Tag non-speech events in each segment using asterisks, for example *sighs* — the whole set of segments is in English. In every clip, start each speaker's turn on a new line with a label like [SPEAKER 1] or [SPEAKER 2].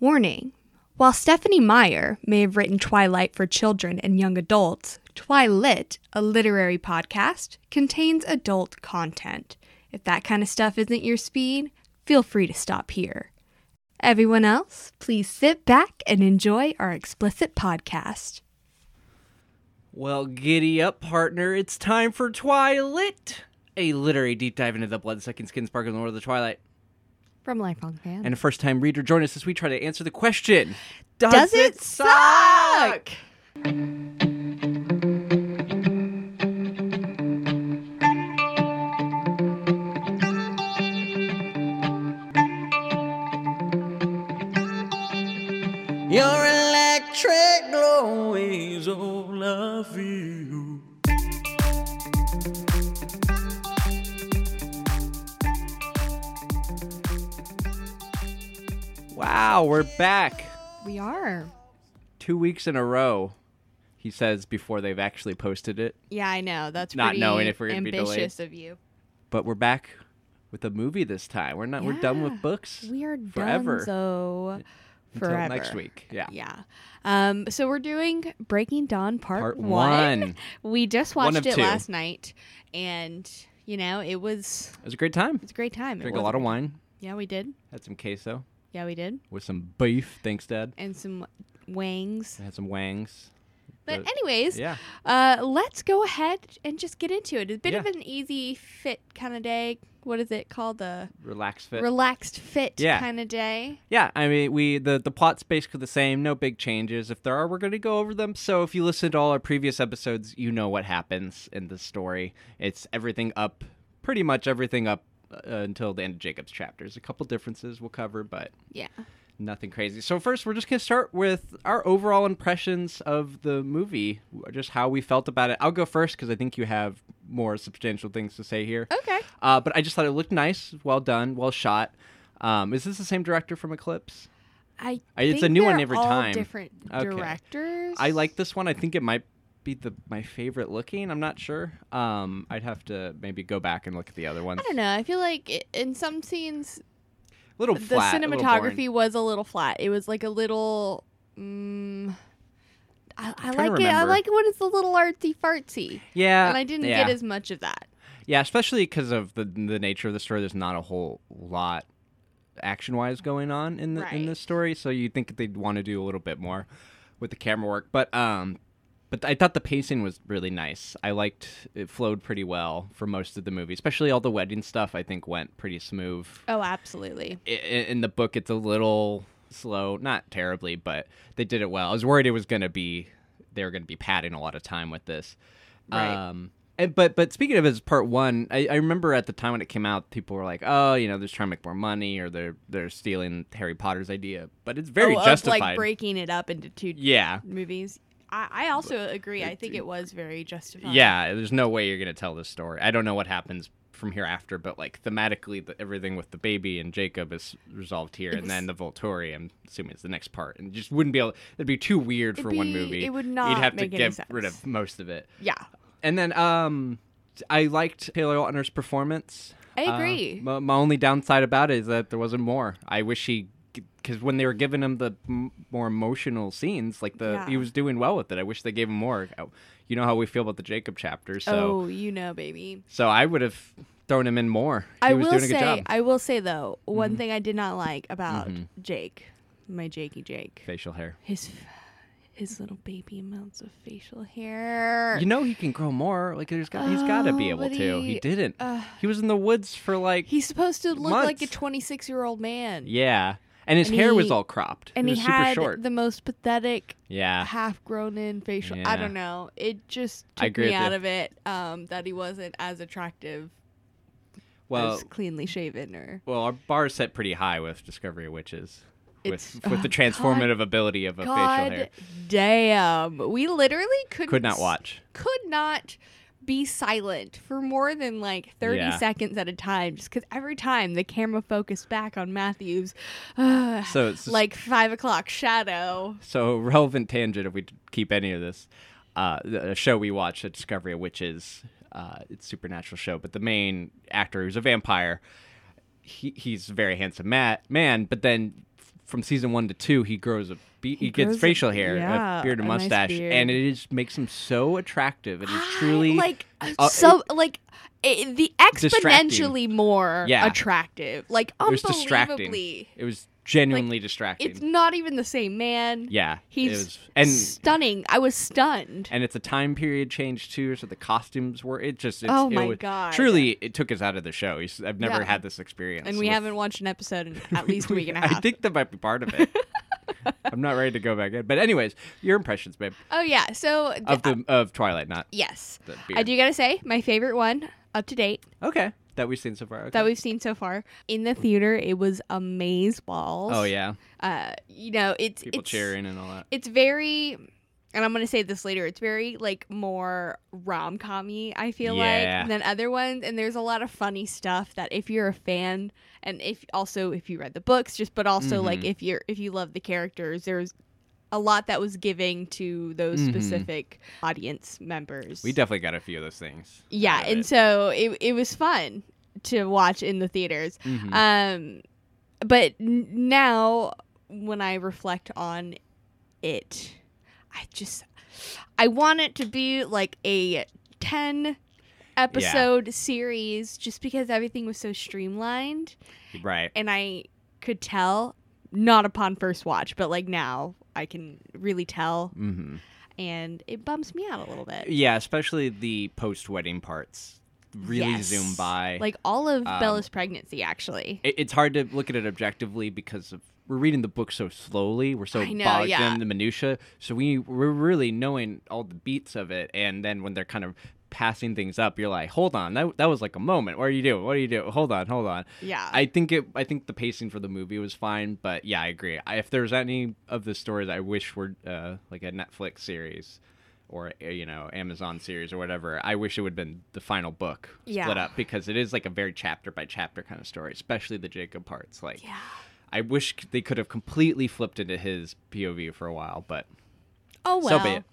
[SPEAKER 1] Warning While Stephanie Meyer may have written Twilight for children and young adults, Twilit, a literary podcast, contains adult content. If that kind of stuff isn't your speed, feel free to stop here. Everyone else, please sit back and enjoy our explicit podcast.
[SPEAKER 2] Well, giddy up, partner. It's time for Twilight, a literary deep dive into the blood, second skin, sparkle, and lore of the Twilight.
[SPEAKER 1] From Lifelong Fan.
[SPEAKER 2] And a first time reader, join us as we try to answer the question Does,
[SPEAKER 1] Does it suck?
[SPEAKER 3] Your electric glow is all I feel.
[SPEAKER 2] Wow, we're back.
[SPEAKER 1] We are.
[SPEAKER 2] Two weeks in a row, he says before they've actually posted it.
[SPEAKER 1] Yeah, I know. That's
[SPEAKER 2] Not
[SPEAKER 1] pretty
[SPEAKER 2] knowing if we're gonna be delayed.
[SPEAKER 1] ambitious of you.
[SPEAKER 2] But we're back with a movie this time. We're not. We're done
[SPEAKER 1] Yeah.
[SPEAKER 2] with books.
[SPEAKER 1] We are
[SPEAKER 2] forever.
[SPEAKER 1] done so
[SPEAKER 2] Until
[SPEAKER 1] forever.
[SPEAKER 2] next week. Yeah.
[SPEAKER 1] Yeah. Um, so we're doing Breaking Dawn Part,
[SPEAKER 2] Part
[SPEAKER 1] one.
[SPEAKER 2] one.
[SPEAKER 1] We just
[SPEAKER 2] One
[SPEAKER 1] watched
[SPEAKER 2] of
[SPEAKER 1] it
[SPEAKER 2] two.
[SPEAKER 1] last night, and you know it was
[SPEAKER 2] It was a great time.
[SPEAKER 1] it's a great time. It
[SPEAKER 2] Drank a
[SPEAKER 1] was
[SPEAKER 2] lot of
[SPEAKER 1] great-
[SPEAKER 2] wine.
[SPEAKER 1] Yeah, we did.
[SPEAKER 2] Had some queso
[SPEAKER 1] Yeah, we did,
[SPEAKER 2] with some beef. Thanks, Dad.
[SPEAKER 1] and some wangs.
[SPEAKER 2] Had some wangs.
[SPEAKER 1] But
[SPEAKER 2] The-
[SPEAKER 1] anyways,
[SPEAKER 2] Yeah.
[SPEAKER 1] uh, let's go ahead and just get into it. It's a bit of
[SPEAKER 2] Yeah.
[SPEAKER 1] an easy fit kind of day. What is it called? The
[SPEAKER 2] Relax fit.
[SPEAKER 1] relaxed fit
[SPEAKER 2] Yeah.
[SPEAKER 1] kind of day.
[SPEAKER 2] Yeah, I mean, we the the plot's basically the same. No big changes. If there are, we're going to go over them. So if you listen to all our previous episodes, you know what happens in the story. It's everything up, pretty much everything up uh, until the end of Jacob's chapters. A couple differences we'll cover, but
[SPEAKER 1] Yeah.
[SPEAKER 2] nothing crazy. So first, we're just going to start with our overall impressions of the movie, just how we felt about it. I'll go first because I think you have more substantial things to say here.
[SPEAKER 1] Okay.
[SPEAKER 2] Uh, but I just thought it looked nice, well done, well shot. Um, is this the same director from Eclipse?
[SPEAKER 1] I
[SPEAKER 2] I- it's a
[SPEAKER 1] think
[SPEAKER 2] new one
[SPEAKER 1] they're
[SPEAKER 2] every
[SPEAKER 1] all
[SPEAKER 2] time.
[SPEAKER 1] Different
[SPEAKER 2] Okay.
[SPEAKER 1] directors.
[SPEAKER 2] I like this one. I think it might be the my favorite looking. I'm not sure. Um, I'd have to maybe go back and look at the other ones.
[SPEAKER 1] I don't know. I feel like i in some scenes
[SPEAKER 2] A little
[SPEAKER 1] the
[SPEAKER 2] flat. a little boring.
[SPEAKER 1] cinematography was a little flat. It was like a little. Mm, I, I
[SPEAKER 2] trying
[SPEAKER 1] like
[SPEAKER 2] to
[SPEAKER 1] it. I
[SPEAKER 2] remember.
[SPEAKER 1] like when it's a little artsy fartsy,
[SPEAKER 2] Yeah,
[SPEAKER 1] and I didn't
[SPEAKER 2] yeah.
[SPEAKER 1] get as much of that.
[SPEAKER 2] yeah, especially because of the the nature of the story. There's not a whole lot action wise going on in the
[SPEAKER 1] Right.
[SPEAKER 2] in this story, so you think they'd want to do a little bit more with the camera work. But um, but I thought the pacing was really nice. I liked it flowed pretty well for most of the movie, especially all the wedding stuff. I think went pretty smooth
[SPEAKER 1] Oh, absolutely.
[SPEAKER 2] i- in the book it's a little slow not terribly but they did it well i was worried it was going to be they were going to be padding a lot of time with this
[SPEAKER 1] Right.
[SPEAKER 2] um and, but but speaking of as part one I, I remember at the time when it came out people were like oh you know they're trying to make more money or they're they're stealing harry potter's idea but it's very
[SPEAKER 1] Oh, of,
[SPEAKER 2] justified
[SPEAKER 1] like breaking it up into two
[SPEAKER 2] yeah
[SPEAKER 1] movies. I, I also agree. I think it was very justified.
[SPEAKER 2] yeah there's no way you're going to tell this story i don't know what happens from here after but like thematically the, everything with the baby and jacob is resolved here and then the volturi i'm assuming it's the next part and just wouldn't be able it'd be too weird
[SPEAKER 1] It'd
[SPEAKER 2] for one
[SPEAKER 1] be-
[SPEAKER 2] movie
[SPEAKER 1] it would
[SPEAKER 2] you'd
[SPEAKER 1] not
[SPEAKER 2] have
[SPEAKER 1] make
[SPEAKER 2] to
[SPEAKER 1] any
[SPEAKER 2] get rid
[SPEAKER 1] sense.
[SPEAKER 2] of most of it
[SPEAKER 1] yeah.
[SPEAKER 2] and then um i liked taylor Lautner's performance
[SPEAKER 1] I
[SPEAKER 2] Uh,
[SPEAKER 1] agree.
[SPEAKER 2] my, my only downside about it is that there wasn't more i wish he because when they were giving him the m- more emotional scenes like the
[SPEAKER 1] Yeah.
[SPEAKER 2] he was doing well with it i wish they gave him more Oh, you know how we feel about the jacob chapter so
[SPEAKER 1] oh, you know, baby.
[SPEAKER 2] so I would have thrown him in more. He
[SPEAKER 1] I
[SPEAKER 2] was
[SPEAKER 1] will
[SPEAKER 2] doing a
[SPEAKER 1] say,
[SPEAKER 2] good job. Mm-hmm.
[SPEAKER 1] I will say though, one thing I did not like about Jake, my Jakey Jake,
[SPEAKER 2] Facial hair.
[SPEAKER 1] his his little baby amounts of facial hair.
[SPEAKER 2] You know he can grow more. Like there's got he's got to be
[SPEAKER 1] Oh,
[SPEAKER 2] able
[SPEAKER 1] but
[SPEAKER 2] to. He
[SPEAKER 1] he-
[SPEAKER 2] didn't.
[SPEAKER 1] uh,
[SPEAKER 2] he was in the woods for like
[SPEAKER 1] he's supposed to look like a
[SPEAKER 2] months.
[SPEAKER 1] 26 year old man.
[SPEAKER 2] yeah, and his
[SPEAKER 1] and
[SPEAKER 2] hair was
[SPEAKER 1] he-
[SPEAKER 2] all cropped.
[SPEAKER 1] And he
[SPEAKER 2] it was super
[SPEAKER 1] had
[SPEAKER 2] short.
[SPEAKER 1] the most pathetic
[SPEAKER 2] yeah,
[SPEAKER 1] half grown in facial. I
[SPEAKER 2] Yeah.
[SPEAKER 1] don't know. It just
[SPEAKER 2] I
[SPEAKER 1] took
[SPEAKER 2] agree
[SPEAKER 1] me
[SPEAKER 2] with
[SPEAKER 1] out
[SPEAKER 2] you.
[SPEAKER 1] of it um, that he wasn't as attractive
[SPEAKER 2] well,
[SPEAKER 1] as cleanly shaven or.
[SPEAKER 2] well, our bar is set pretty high with Discovery of Witches,
[SPEAKER 1] It's-
[SPEAKER 2] with
[SPEAKER 1] oh,
[SPEAKER 2] with the
[SPEAKER 1] God.
[SPEAKER 2] transformative ability of a
[SPEAKER 1] God
[SPEAKER 2] facial hair.
[SPEAKER 1] damn. We literally couldn't
[SPEAKER 2] Could not
[SPEAKER 1] s-
[SPEAKER 2] watch.
[SPEAKER 1] could not be silent for more than like 30
[SPEAKER 2] Yeah.
[SPEAKER 1] seconds at a time just because every time the camera focused back on matthews uh, *sighs*
[SPEAKER 2] So it's just-
[SPEAKER 1] like five o'clock shadow
[SPEAKER 2] So relevant tangent. If we keep any of this, uh, the a show we watched at Discovery, of Witches, uh, it's a supernatural show, but the main actor who's a vampire, he, he's a very handsome ma- man, but then f- from season one to two, he grows a be- he,
[SPEAKER 1] grows
[SPEAKER 2] gets
[SPEAKER 1] a-
[SPEAKER 2] facial hair,
[SPEAKER 1] yeah,
[SPEAKER 2] a beard
[SPEAKER 1] a
[SPEAKER 2] and
[SPEAKER 1] nice
[SPEAKER 2] mustache,
[SPEAKER 1] beard.
[SPEAKER 2] and it is makes him so attractive. It is
[SPEAKER 1] I-
[SPEAKER 2] truly
[SPEAKER 1] like
[SPEAKER 2] uh,
[SPEAKER 1] so like eh, the exponentially
[SPEAKER 2] distracting.
[SPEAKER 1] more
[SPEAKER 2] Yeah.
[SPEAKER 1] attractive like
[SPEAKER 2] it was distracting.
[SPEAKER 1] unbelievably
[SPEAKER 2] It was genuinely
[SPEAKER 1] it's
[SPEAKER 2] distracting.
[SPEAKER 1] not even the same man
[SPEAKER 2] Yeah,
[SPEAKER 1] he's
[SPEAKER 2] it was, and
[SPEAKER 1] stunning i was stunned
[SPEAKER 2] and it's a time period change too, so the costumes were it just it's,
[SPEAKER 1] Oh
[SPEAKER 2] it
[SPEAKER 1] my
[SPEAKER 2] was-
[SPEAKER 1] God.
[SPEAKER 2] Truly, it took us out of the show. He's- I've never
[SPEAKER 1] Yeah.
[SPEAKER 2] had this experience,
[SPEAKER 1] and we
[SPEAKER 2] with-
[SPEAKER 1] haven't watched an episode in
[SPEAKER 2] *laughs*
[SPEAKER 1] at least a week and a half
[SPEAKER 2] I think that might be part of it.
[SPEAKER 1] *laughs*
[SPEAKER 2] I'm not ready to go back in, but anyways, your impressions, babe,
[SPEAKER 1] oh yeah so th-
[SPEAKER 2] of the of Twilight, not
[SPEAKER 1] yes
[SPEAKER 2] the
[SPEAKER 1] i
[SPEAKER 2] beard.
[SPEAKER 1] do gotta say my favorite one up to date
[SPEAKER 2] Okay, that we've seen so far. Okay.
[SPEAKER 1] that we've seen so far in the theater it was amaze balls
[SPEAKER 2] Oh yeah,
[SPEAKER 1] uh you know it's
[SPEAKER 2] people
[SPEAKER 1] it's,
[SPEAKER 2] cheering and all that.
[SPEAKER 1] it's very and I'm gonna say this later, it's very like more rom com y, I feel
[SPEAKER 2] Yeah.
[SPEAKER 1] like, than other ones. And there's a lot of funny stuff that if you're a fan and if also if you read the books, just but also like
[SPEAKER 2] Mhm.
[SPEAKER 1] if you're if you love the characters, there's a lot that was giving to those
[SPEAKER 2] Mhm.
[SPEAKER 1] specific audience members.
[SPEAKER 2] We definitely got a few of those things.
[SPEAKER 1] yeah,
[SPEAKER 2] out of
[SPEAKER 1] and
[SPEAKER 2] it.
[SPEAKER 1] so it it was fun to watch in the theaters.
[SPEAKER 2] Mhm.
[SPEAKER 1] Um, but n- now when I reflect on it, I just I want it to be like a ten episode series, just because everything was so streamlined,
[SPEAKER 2] right.
[SPEAKER 1] and I could tell not upon first watch, but like now I can really tell,
[SPEAKER 2] hmm
[SPEAKER 1] and it bums me out a little bit.
[SPEAKER 2] Yeah, especially the post wedding parts really
[SPEAKER 1] Yes.
[SPEAKER 2] zoom by.
[SPEAKER 1] like all of
[SPEAKER 2] Um,
[SPEAKER 1] Bella's pregnancy, actually.
[SPEAKER 2] it, it's hard to look at it objectively because of we're reading the book so slowly. We're so
[SPEAKER 1] I know,
[SPEAKER 2] bogged
[SPEAKER 1] yeah.
[SPEAKER 2] in the minutia. So we we're really knowing all the beats of it, and then when they're kind of passing things up, you're like, hold on, that that was like a moment. What are you doing? What are you doing? Hold on, hold on.
[SPEAKER 1] yeah,
[SPEAKER 2] I think it. I think the pacing for the movie was fine, but yeah, I agree. I, if there's any of the stories I wish were uh, like a Netflix series, or uh, you know Amazon series or whatever, I wish it would have been the final book
[SPEAKER 1] Yeah.
[SPEAKER 2] split up because it is like a very chapter by chapter kind of story, especially the Jacob parts. Like,
[SPEAKER 1] yeah.
[SPEAKER 2] I wish c- they could have completely flipped into his POV for a while, but
[SPEAKER 1] Oh well.
[SPEAKER 2] so be it.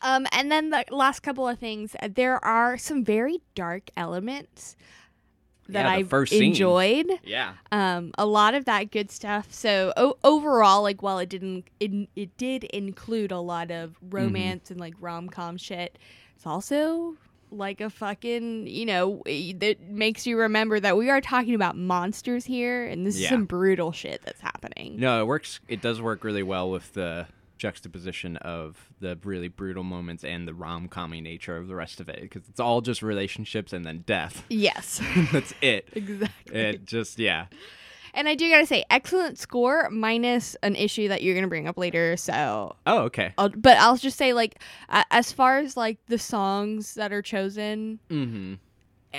[SPEAKER 1] Um, and then the last couple of things, uh, there are some very dark elements that
[SPEAKER 2] Yeah, the
[SPEAKER 1] I
[SPEAKER 2] first scene.
[SPEAKER 1] enjoyed.
[SPEAKER 2] Yeah,
[SPEAKER 1] Um, a lot of that good stuff. So o- overall, like while it didn't, it, it did include a lot of
[SPEAKER 2] Mm-hmm.
[SPEAKER 1] romance and like rom com shit. It's also like a fucking you know i- that makes you remember that we are talking about monsters here, and this is
[SPEAKER 2] Yeah.
[SPEAKER 1] some brutal shit that's happening.
[SPEAKER 2] no, it works. It does work really well with the juxtaposition of the really brutal moments and the rom-commy nature of the rest of it because it's all just relationships and then death. *laughs*
[SPEAKER 1] Yes, *laughs*
[SPEAKER 2] That's it.
[SPEAKER 1] exactly.
[SPEAKER 2] It just yeah.
[SPEAKER 1] And I do gotta say, excellent score minus an issue that you're gonna bring up later. So,
[SPEAKER 2] Oh, okay.
[SPEAKER 1] I'll, but I'll just say like, a- as far as like the songs that are chosen,
[SPEAKER 2] Mm-hmm.
[SPEAKER 1] uh,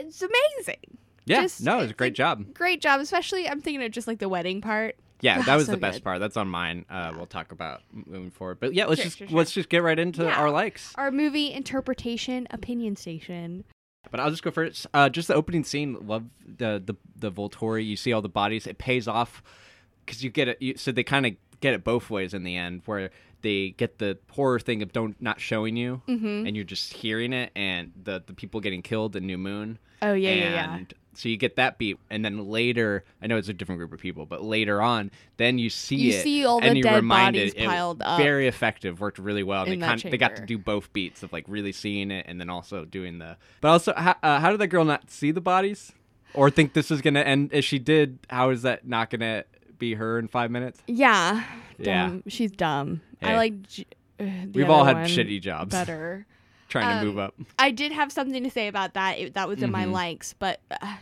[SPEAKER 1] it's amazing.
[SPEAKER 2] Yeah.
[SPEAKER 1] Just-
[SPEAKER 2] no, it was a
[SPEAKER 1] it's
[SPEAKER 2] great
[SPEAKER 1] like-
[SPEAKER 2] job.
[SPEAKER 1] Great job, especially I'm thinking of just like the wedding part.
[SPEAKER 2] Yeah,
[SPEAKER 1] Ah,
[SPEAKER 2] that was
[SPEAKER 1] so
[SPEAKER 2] the best
[SPEAKER 1] good.
[SPEAKER 2] part. That's on mine. Uh, we'll talk about m- moving forward. But yeah, let's
[SPEAKER 1] Sure,
[SPEAKER 2] just
[SPEAKER 1] sure,
[SPEAKER 2] let's just get right into
[SPEAKER 1] Yeah.
[SPEAKER 2] our likes.
[SPEAKER 1] Our movie interpretation opinion station.
[SPEAKER 2] But I'll just go first. Uh, just the opening scene. Love the the the Volturi. You see all the bodies. It pays off because you get it. You, so they kind of get it both ways in the end, where they get the horror thing of don't not showing you,
[SPEAKER 1] Mm-hmm.
[SPEAKER 2] and you're just hearing it, and the the people getting killed in New Moon.
[SPEAKER 1] Oh yeah,
[SPEAKER 2] and
[SPEAKER 1] yeah, yeah.
[SPEAKER 2] So you get that beat, and then later, I know it's a different group of people, but later on, then you see
[SPEAKER 1] You
[SPEAKER 2] it,
[SPEAKER 1] see all
[SPEAKER 2] and
[SPEAKER 1] the
[SPEAKER 2] you're
[SPEAKER 1] dead
[SPEAKER 2] reminded.
[SPEAKER 1] bodies piled
[SPEAKER 2] it,
[SPEAKER 1] up
[SPEAKER 2] Very effective, worked really well. And
[SPEAKER 1] in
[SPEAKER 2] they
[SPEAKER 1] that
[SPEAKER 2] kind they got to
[SPEAKER 1] chamber.
[SPEAKER 2] do both beats of like really seeing it, and then also doing the. But also, how, uh, how did that girl not see the bodies, or think this was gonna end? If she did, how is that not gonna be her in five minutes?
[SPEAKER 1] Yeah,
[SPEAKER 2] Yeah.
[SPEAKER 1] dumb. She's dumb. I
[SPEAKER 2] Hey.
[SPEAKER 1] like. J- uh, the
[SPEAKER 2] We've all
[SPEAKER 1] other
[SPEAKER 2] had
[SPEAKER 1] one
[SPEAKER 2] shitty jobs
[SPEAKER 1] Better.
[SPEAKER 2] *laughs* trying
[SPEAKER 1] um,
[SPEAKER 2] to move up.
[SPEAKER 1] I did have something to say about that. It, that was in my
[SPEAKER 2] Mhm.
[SPEAKER 1] likes, but uh,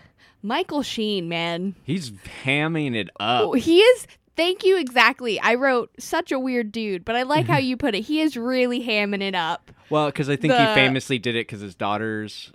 [SPEAKER 1] Michael Sheen, man,
[SPEAKER 2] He's hamming it up.
[SPEAKER 1] Oh, he is. Thank you exactly. I wrote such a weird dude, but I like
[SPEAKER 2] *laughs*
[SPEAKER 1] how you put it. He is really hamming it up.
[SPEAKER 2] Well, because I think
[SPEAKER 1] the-
[SPEAKER 2] he famously did it because
[SPEAKER 1] *laughs*
[SPEAKER 2] his daughters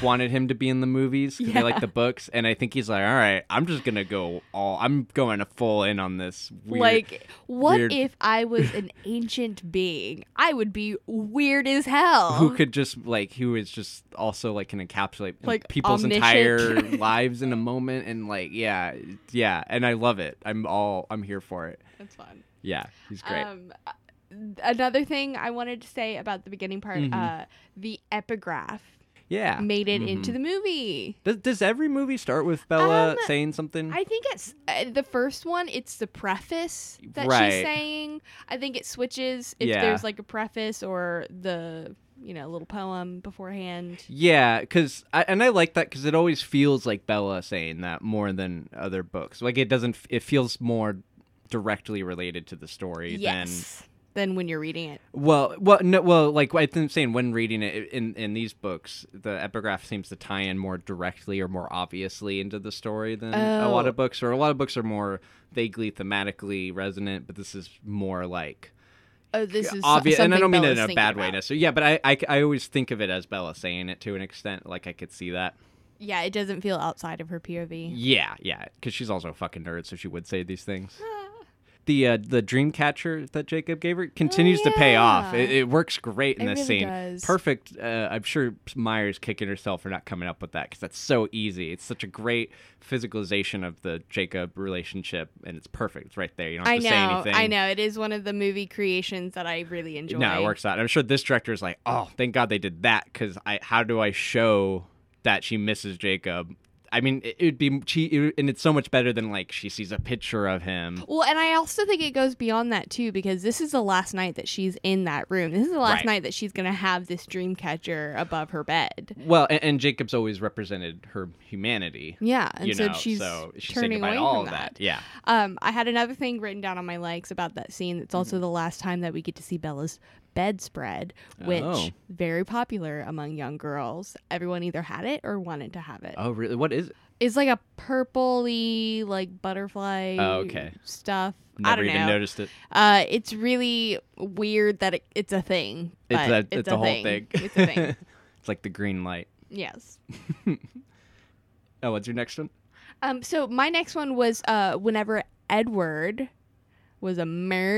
[SPEAKER 2] wanted him to be in the movies 'cause
[SPEAKER 1] Yeah.
[SPEAKER 2] they like the books, and I think he's like, "All right, I'm just gonna go all. I'm going a full in on this." Weird.
[SPEAKER 1] like, what
[SPEAKER 2] weird-
[SPEAKER 1] if I was
[SPEAKER 2] *laughs*
[SPEAKER 1] an ancient being? I would be weird as hell.
[SPEAKER 2] who could just like who is just also like can encapsulate
[SPEAKER 1] Like, *laughs*
[SPEAKER 2] people's entire
[SPEAKER 1] omniscient.
[SPEAKER 2] lives in a moment, and like yeah, yeah, and I love it. I'm all I'm here for it.
[SPEAKER 1] That's fun.
[SPEAKER 2] Yeah, he's great.
[SPEAKER 1] Um, uh, another thing I wanted to say about the beginning part,
[SPEAKER 2] Mhm.
[SPEAKER 1] uh, the epigraph.
[SPEAKER 2] Yeah. Mm-hmm.
[SPEAKER 1] made it into the movie.
[SPEAKER 2] Does, does every movie start with Bella
[SPEAKER 1] Um,
[SPEAKER 2] saying something?
[SPEAKER 1] I think it's uh, the first one. It's the preface that
[SPEAKER 2] Right.
[SPEAKER 1] she's saying. I think it switches if
[SPEAKER 2] Yeah.
[SPEAKER 1] there's like a preface or the you know little poem beforehand.
[SPEAKER 2] Yeah, because I, and I like that because it always feels like Bella saying that more than other books. Like it doesn't. It feels more directly related to the story
[SPEAKER 1] Yes. Than when you're reading it.
[SPEAKER 2] than well, well, no, well. Like I'm saying, when reading it in in these books, the epigraph seems to tie in more directly or more obviously into the story than a lot
[SPEAKER 1] Oh.
[SPEAKER 2] of books. Or a lot of books are more vaguely thematically resonant, but this is more like
[SPEAKER 1] Oh, this is
[SPEAKER 2] obvious, and I don't mean
[SPEAKER 1] Bella's
[SPEAKER 2] it in a
[SPEAKER 1] thinking
[SPEAKER 2] bad way
[SPEAKER 1] about.
[SPEAKER 2] necessarily. Yeah, but I, I I always think of it as Bella saying it to an extent. Like I could see that.
[SPEAKER 1] Yeah, it doesn't feel outside of her POV.
[SPEAKER 2] Yeah, yeah, because she's also a fucking nerd, so she would say these things. *laughs* the uh, the dream catcher that Jacob gave her continues to pay off.
[SPEAKER 1] Oh, yeah.
[SPEAKER 2] It, it works great in
[SPEAKER 1] It
[SPEAKER 2] this
[SPEAKER 1] really
[SPEAKER 2] scene.
[SPEAKER 1] does.
[SPEAKER 2] Perfect. Uh, I'm sure Meyer's kicking herself for not coming up with that because that's so easy. It's such a great physicalization of the Jacob relationship, and it's perfect. It's right there. You don't have
[SPEAKER 1] I
[SPEAKER 2] to
[SPEAKER 1] know,
[SPEAKER 2] say anything.
[SPEAKER 1] I know. It is one of the movie creations that I really enjoy.
[SPEAKER 2] No, it works out. I'm sure this director is like, oh, thank God they did that because I how do I show that she misses Jacob? I mean, it, it'd be she, it- and it's so much better than like she sees a picture of him.
[SPEAKER 1] Well, and I also think it goes beyond that too because this is the last night that she's in that room. This is the last
[SPEAKER 2] Right.
[SPEAKER 1] night that she's going to have this dream catcher above her bed.
[SPEAKER 2] Well, and, and Jacob's always represented her humanity.
[SPEAKER 1] Yeah, and
[SPEAKER 2] you
[SPEAKER 1] so
[SPEAKER 2] know,
[SPEAKER 1] she's
[SPEAKER 2] so she's saying
[SPEAKER 1] turning
[SPEAKER 2] goodbye
[SPEAKER 1] away
[SPEAKER 2] to all
[SPEAKER 1] from
[SPEAKER 2] of
[SPEAKER 1] that.
[SPEAKER 2] that. Yeah,
[SPEAKER 1] Um, I had another thing written down on my likes about that scene. That's
[SPEAKER 2] Mm-hmm.
[SPEAKER 1] also the last time that we get to see Bella's bedspread, which
[SPEAKER 2] Oh.
[SPEAKER 1] very popular among young girls. Everyone either had it or wanted to have it.
[SPEAKER 2] Oh, really? What is? It?
[SPEAKER 1] It's like a purpley like butterfly
[SPEAKER 2] Oh, okay.
[SPEAKER 1] stuff.
[SPEAKER 2] Never
[SPEAKER 1] I don't
[SPEAKER 2] even
[SPEAKER 1] know.
[SPEAKER 2] noticed it.
[SPEAKER 1] Uh, it's really weird that it, it's a thing.
[SPEAKER 2] It's
[SPEAKER 1] but
[SPEAKER 2] a, it's, a, whole
[SPEAKER 1] thing.
[SPEAKER 2] thing.
[SPEAKER 1] It's a
[SPEAKER 2] *laughs*
[SPEAKER 1] thing.
[SPEAKER 2] it's like the green light.
[SPEAKER 1] yes.
[SPEAKER 2] Oh, what's your next one?
[SPEAKER 1] Um. So my next one was uh, whenever Edward was a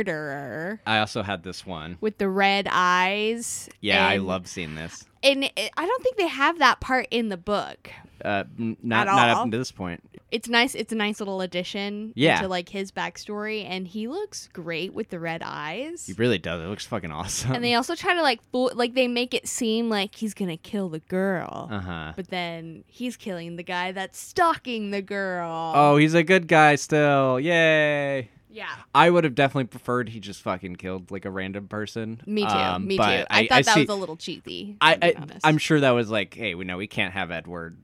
[SPEAKER 1] murderer
[SPEAKER 2] I also had this one.
[SPEAKER 1] with the red eyes.
[SPEAKER 2] Yeah, I
[SPEAKER 1] and-
[SPEAKER 2] love seeing this.
[SPEAKER 1] And it, I don't think they have that part in the book.
[SPEAKER 2] Uh, n- not
[SPEAKER 1] At
[SPEAKER 2] not
[SPEAKER 1] all.
[SPEAKER 2] up to this point.
[SPEAKER 1] It's nice. It's a nice little addition.
[SPEAKER 2] Yeah.
[SPEAKER 1] To like his backstory, and he looks great with the red eyes.
[SPEAKER 2] He really does. It looks fucking awesome. *laughs*
[SPEAKER 1] and they also try to like fool, like they make it seem like he's gonna kill the girl.
[SPEAKER 2] Uh huh.
[SPEAKER 1] But then he's killing the guy that's stalking the girl.
[SPEAKER 2] Oh, he's a good guy still. Yay.
[SPEAKER 1] yeah.
[SPEAKER 2] I would have definitely preferred he just fucking killed like a random person.
[SPEAKER 1] Me too.
[SPEAKER 2] Um,
[SPEAKER 1] me too.
[SPEAKER 2] but
[SPEAKER 1] I,
[SPEAKER 2] I,
[SPEAKER 1] thought that
[SPEAKER 2] see,
[SPEAKER 1] was a little cheesy.
[SPEAKER 2] I,
[SPEAKER 1] to be
[SPEAKER 2] I
[SPEAKER 1] honest.
[SPEAKER 2] I'm sure that was like, hey, we know we can't have Edward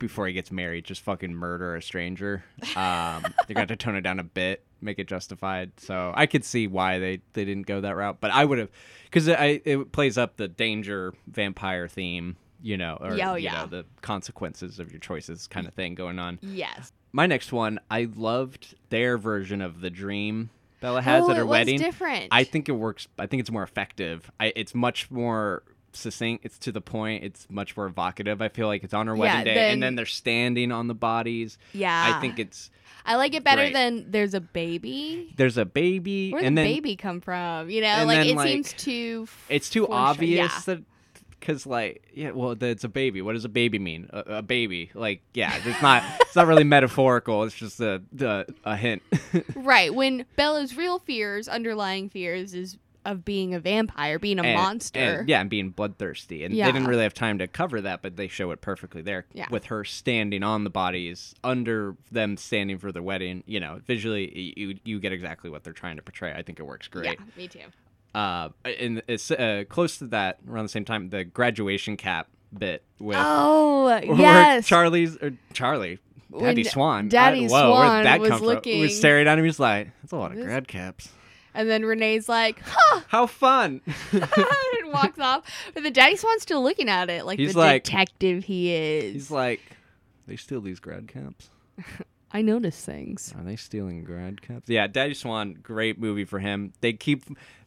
[SPEAKER 2] before he gets married just fucking murder a stranger. Um, they're gonna have to tone it down a bit, make it justified. So I could see why they they didn't go that route. But I would have, because I it plays up the danger vampire theme. You know, or
[SPEAKER 1] Yeah, oh,
[SPEAKER 2] you
[SPEAKER 1] yeah.
[SPEAKER 2] know, the consequences of your choices kind of thing going on.
[SPEAKER 1] Yes.
[SPEAKER 2] my next one, I loved their version of the dream Bella has
[SPEAKER 1] oh,
[SPEAKER 2] at her
[SPEAKER 1] it
[SPEAKER 2] wedding.
[SPEAKER 1] was different.
[SPEAKER 2] I think it works. I think it's more effective. I, it's much more succinct. It's to the point. It's much more evocative. I feel like it's on her
[SPEAKER 1] Yeah,
[SPEAKER 2] wedding day,
[SPEAKER 1] then- Ah.
[SPEAKER 2] and then they're standing on the bodies.
[SPEAKER 1] Yeah.
[SPEAKER 2] I think it's
[SPEAKER 1] I like it better
[SPEAKER 2] great.
[SPEAKER 1] than there's a baby.
[SPEAKER 2] there's a baby,
[SPEAKER 1] Where
[SPEAKER 2] and
[SPEAKER 1] the
[SPEAKER 2] then
[SPEAKER 1] baby come from? You know,
[SPEAKER 2] and
[SPEAKER 1] like
[SPEAKER 2] then,
[SPEAKER 1] it
[SPEAKER 2] like,
[SPEAKER 1] seems too.
[SPEAKER 2] it's too
[SPEAKER 1] Foreshadow-
[SPEAKER 2] obvious
[SPEAKER 1] yeah.
[SPEAKER 2] that because like yeah well the, it's a baby what does a baby mean a, a baby like yeah it's not it's
[SPEAKER 1] *laughs*
[SPEAKER 2] not really metaphorical it's just a a, a hint
[SPEAKER 1] *laughs* right when Bella's real fears, underlying fears, is of being a vampire, being a
[SPEAKER 2] and-
[SPEAKER 1] monster.
[SPEAKER 2] and- yeah, and being bloodthirsty. And
[SPEAKER 1] Yeah.
[SPEAKER 2] they didn't really have time to cover that, but they show it perfectly there
[SPEAKER 1] Yeah.
[SPEAKER 2] with her standing on the bodies under them standing for the wedding. You know, visually, y- you you get exactly what they're trying to portray. I think it works great.
[SPEAKER 1] Yeah, me too.
[SPEAKER 2] Uh, and it's uh, close to that around the same time the graduation cap bit with
[SPEAKER 1] Oh
[SPEAKER 2] *laughs* where
[SPEAKER 1] yes,
[SPEAKER 2] Charlie's or Charlie. Daddy
[SPEAKER 1] When
[SPEAKER 2] Swan.
[SPEAKER 1] Daddy
[SPEAKER 2] whoa,
[SPEAKER 1] Swan
[SPEAKER 2] where'd that
[SPEAKER 1] was
[SPEAKER 2] come From? He
[SPEAKER 1] looking-
[SPEAKER 2] was staring at him. He's like, "That's a lot of
[SPEAKER 1] This-
[SPEAKER 2] grad
[SPEAKER 1] *laughs*
[SPEAKER 2] caps.
[SPEAKER 1] and then Renee's
[SPEAKER 2] *laughs*
[SPEAKER 1] like, *laughs* "Huh."
[SPEAKER 2] How fun!" *laughs*
[SPEAKER 1] and walks off. But the daddy swan's still looking at it like
[SPEAKER 2] He's
[SPEAKER 1] the
[SPEAKER 2] like-
[SPEAKER 1] detective he is.
[SPEAKER 2] He's like, "They steal these grad caps."
[SPEAKER 1] I notice things.
[SPEAKER 2] Are they stealing grad caps? Yeah, Daddy Swan, great movie for him. They keep